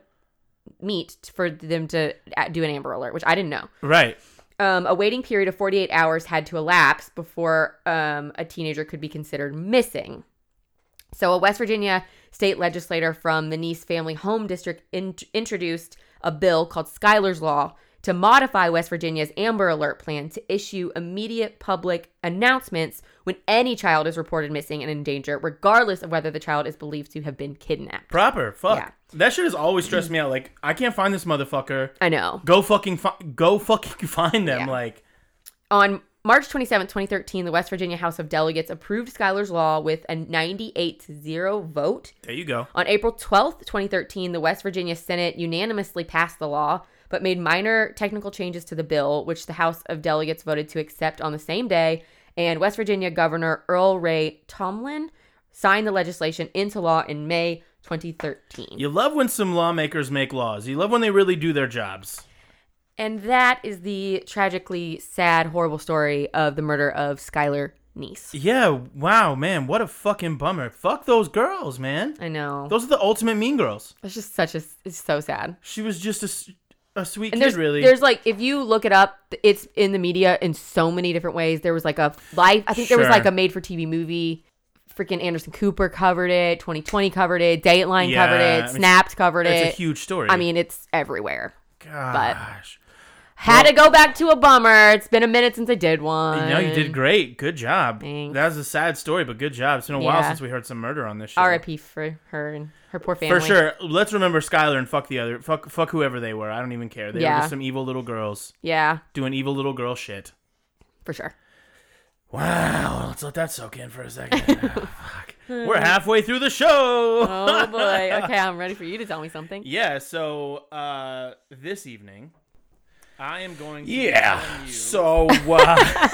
[SPEAKER 1] meet for them to uh, do an Amber Alert, which I didn't know
[SPEAKER 3] Right.
[SPEAKER 1] um, a waiting period of 48 hours had to elapse before um, a teenager could be considered missing. So, a West Virginia state legislator from the Nice Family Home District in- introduced a bill called Schuyler's Law to modify West Virginia's Amber Alert plan to issue immediate public announcements when any child is reported missing and in danger, regardless of whether the child is believed to have been kidnapped.
[SPEAKER 3] Proper. Fuck.
[SPEAKER 1] Yeah.
[SPEAKER 3] That shit has always stressed me out. Like, I can't find this motherfucker.
[SPEAKER 1] I know.
[SPEAKER 3] Go fucking fi- go fucking find them.
[SPEAKER 1] Yeah.
[SPEAKER 3] Like,
[SPEAKER 1] On March 27, 2013, the West Virginia House of Delegates approved Schuyler's Law with a 98 0 vote.
[SPEAKER 3] there you go.
[SPEAKER 1] On April 12, 2013, the West Virginia Senate unanimously passed the law, but made minor technical changes to the bill, which the House of Delegates voted to accept on the same day. And West Virginia Governor Earl Ray Tomlin signed the legislation into law in May 2013.
[SPEAKER 3] You love when some lawmakers make laws. You love when they really do their jobs.
[SPEAKER 1] And that is the tragically sad, horrible story of the murder of Skylar Niece.
[SPEAKER 3] Yeah. Wow, man. What a fucking bummer. Fuck those girls, man.
[SPEAKER 1] I know.
[SPEAKER 3] Those are the ultimate mean girls.
[SPEAKER 1] It's just such a. It's so sad.
[SPEAKER 3] She was just a, s- a sweet
[SPEAKER 1] And
[SPEAKER 3] kid,
[SPEAKER 1] there's
[SPEAKER 3] really.
[SPEAKER 1] there's like if you look it up, it's in the media in so many different ways. There was like a life. I think there was
[SPEAKER 3] Sure.
[SPEAKER 1] like a made for TV movie. Freaking Anderson Cooper covered it. 2020 covered it. Dateline
[SPEAKER 3] Yeah,
[SPEAKER 1] covered
[SPEAKER 3] I
[SPEAKER 1] it.
[SPEAKER 3] mean,
[SPEAKER 1] Snapped covered
[SPEAKER 3] it's
[SPEAKER 1] it.
[SPEAKER 3] a huge story.
[SPEAKER 1] I mean, it's everywhere.
[SPEAKER 3] gosh.
[SPEAKER 1] Had to go back to a bummer. It's been a minute since I did one.
[SPEAKER 3] No, you did great. Good job.
[SPEAKER 1] Thanks.
[SPEAKER 3] That was a sad story, but good job. It's been a while
[SPEAKER 1] Yeah.
[SPEAKER 3] since we heard some murder on this show.
[SPEAKER 1] R.I.P. for her and her poor family.
[SPEAKER 3] For sure. Let's remember Skylar and fuck the other. Fuck, fuck whoever they were. I don't even care. They
[SPEAKER 1] Yeah.
[SPEAKER 3] were just some evil little girls
[SPEAKER 1] Yeah,
[SPEAKER 3] doing evil little girl shit.
[SPEAKER 1] for sure.
[SPEAKER 3] Wow. Let's let that soak in for a second. Ah, Fuck. We're halfway through the show.
[SPEAKER 1] Oh boy. okay, I'm ready for you to tell me something.
[SPEAKER 3] Yeah. So uh, this evening, I am going. To
[SPEAKER 4] Yeah.
[SPEAKER 3] tell you
[SPEAKER 4] So uh,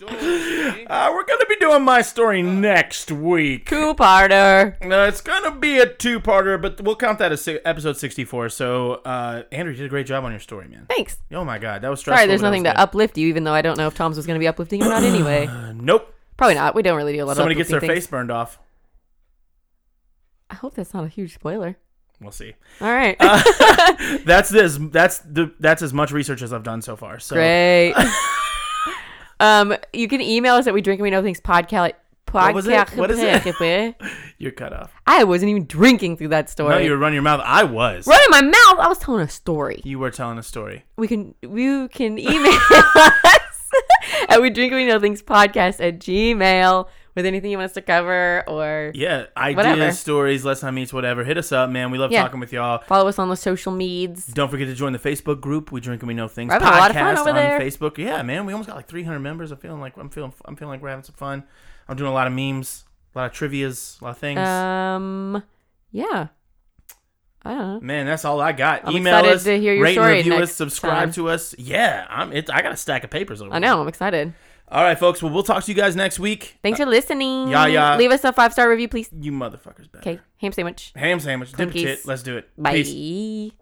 [SPEAKER 3] story. Uh,
[SPEAKER 4] uh, we're gonna be doing my story next week.
[SPEAKER 1] Two parter.
[SPEAKER 3] No, Uh, it's gonna be a two-parter, but we'll count that as si- episode sixty-four. So, uh, Andrew, you did a great job on your story, man.
[SPEAKER 1] Thanks.
[SPEAKER 3] Oh my god, that was stressful.
[SPEAKER 1] Sorry, there's
[SPEAKER 3] but that
[SPEAKER 1] nothing
[SPEAKER 3] was
[SPEAKER 1] to uplift you, even though I don't know if Tom's was going to be uplifting or not anyway.
[SPEAKER 3] good. Uh, nope.
[SPEAKER 1] Probably not. We don't really do a lot
[SPEAKER 3] Somebody
[SPEAKER 1] of
[SPEAKER 3] gets their
[SPEAKER 1] uplifting
[SPEAKER 3] face burned off.
[SPEAKER 1] things. I hope that's not a huge spoiler.
[SPEAKER 3] We'll see.
[SPEAKER 1] All right.
[SPEAKER 3] Uh, That's this. That's the. That's as much research as I've done so far. So
[SPEAKER 1] Great. um, you can email us at we drink and we know things podcast.
[SPEAKER 3] What was it? What is it? you're cut off.
[SPEAKER 1] I wasn't even drinking through that story.
[SPEAKER 3] No, you were running your mouth. I was.
[SPEAKER 1] Running my mouth. I was telling a story.
[SPEAKER 3] You were telling a story.
[SPEAKER 1] we can you can email us at we drink we know things podcast at gmail with anything you want us to cover or
[SPEAKER 3] Yeah, ideas,
[SPEAKER 1] Whatever.
[SPEAKER 3] stories, less time meets, whatever. Hit us up, man. We love
[SPEAKER 1] Yeah.
[SPEAKER 3] talking with y'all.
[SPEAKER 1] follow us on the social medias
[SPEAKER 3] Don't forget to join the Facebook group. We drink and we know things.
[SPEAKER 1] We're having
[SPEAKER 3] podcast
[SPEAKER 1] a lot of fun over
[SPEAKER 3] on
[SPEAKER 1] there.
[SPEAKER 3] Facebook. Yeah, man, we almost got like 300 members. I'm feeling like I'm feeling I'm feeling like we're having some fun. I'm doing a lot of memes, a lot of trivia's, a lot of things.
[SPEAKER 1] um yeah i don't know
[SPEAKER 3] man, that's all I got.
[SPEAKER 1] I'm
[SPEAKER 3] Email
[SPEAKER 1] excited
[SPEAKER 3] us,
[SPEAKER 1] to hear your
[SPEAKER 3] rate and
[SPEAKER 1] story
[SPEAKER 3] review
[SPEAKER 1] next
[SPEAKER 3] us, subscribe
[SPEAKER 1] time.
[SPEAKER 3] to us. Yeah, I'm. It's, I got a stack of papers over.
[SPEAKER 1] i know i'm excited
[SPEAKER 3] All right, folks. Well, we'll talk to you guys next week.
[SPEAKER 1] thanks for listening
[SPEAKER 3] Uh, yeah, yeah.
[SPEAKER 1] leave us a five star review please
[SPEAKER 3] You motherfuckers. Better.
[SPEAKER 1] okay ham sandwich
[SPEAKER 3] Ham sandwich. Dip a
[SPEAKER 1] Cookies.
[SPEAKER 3] tit. Let's do it.
[SPEAKER 1] bye
[SPEAKER 3] Peace.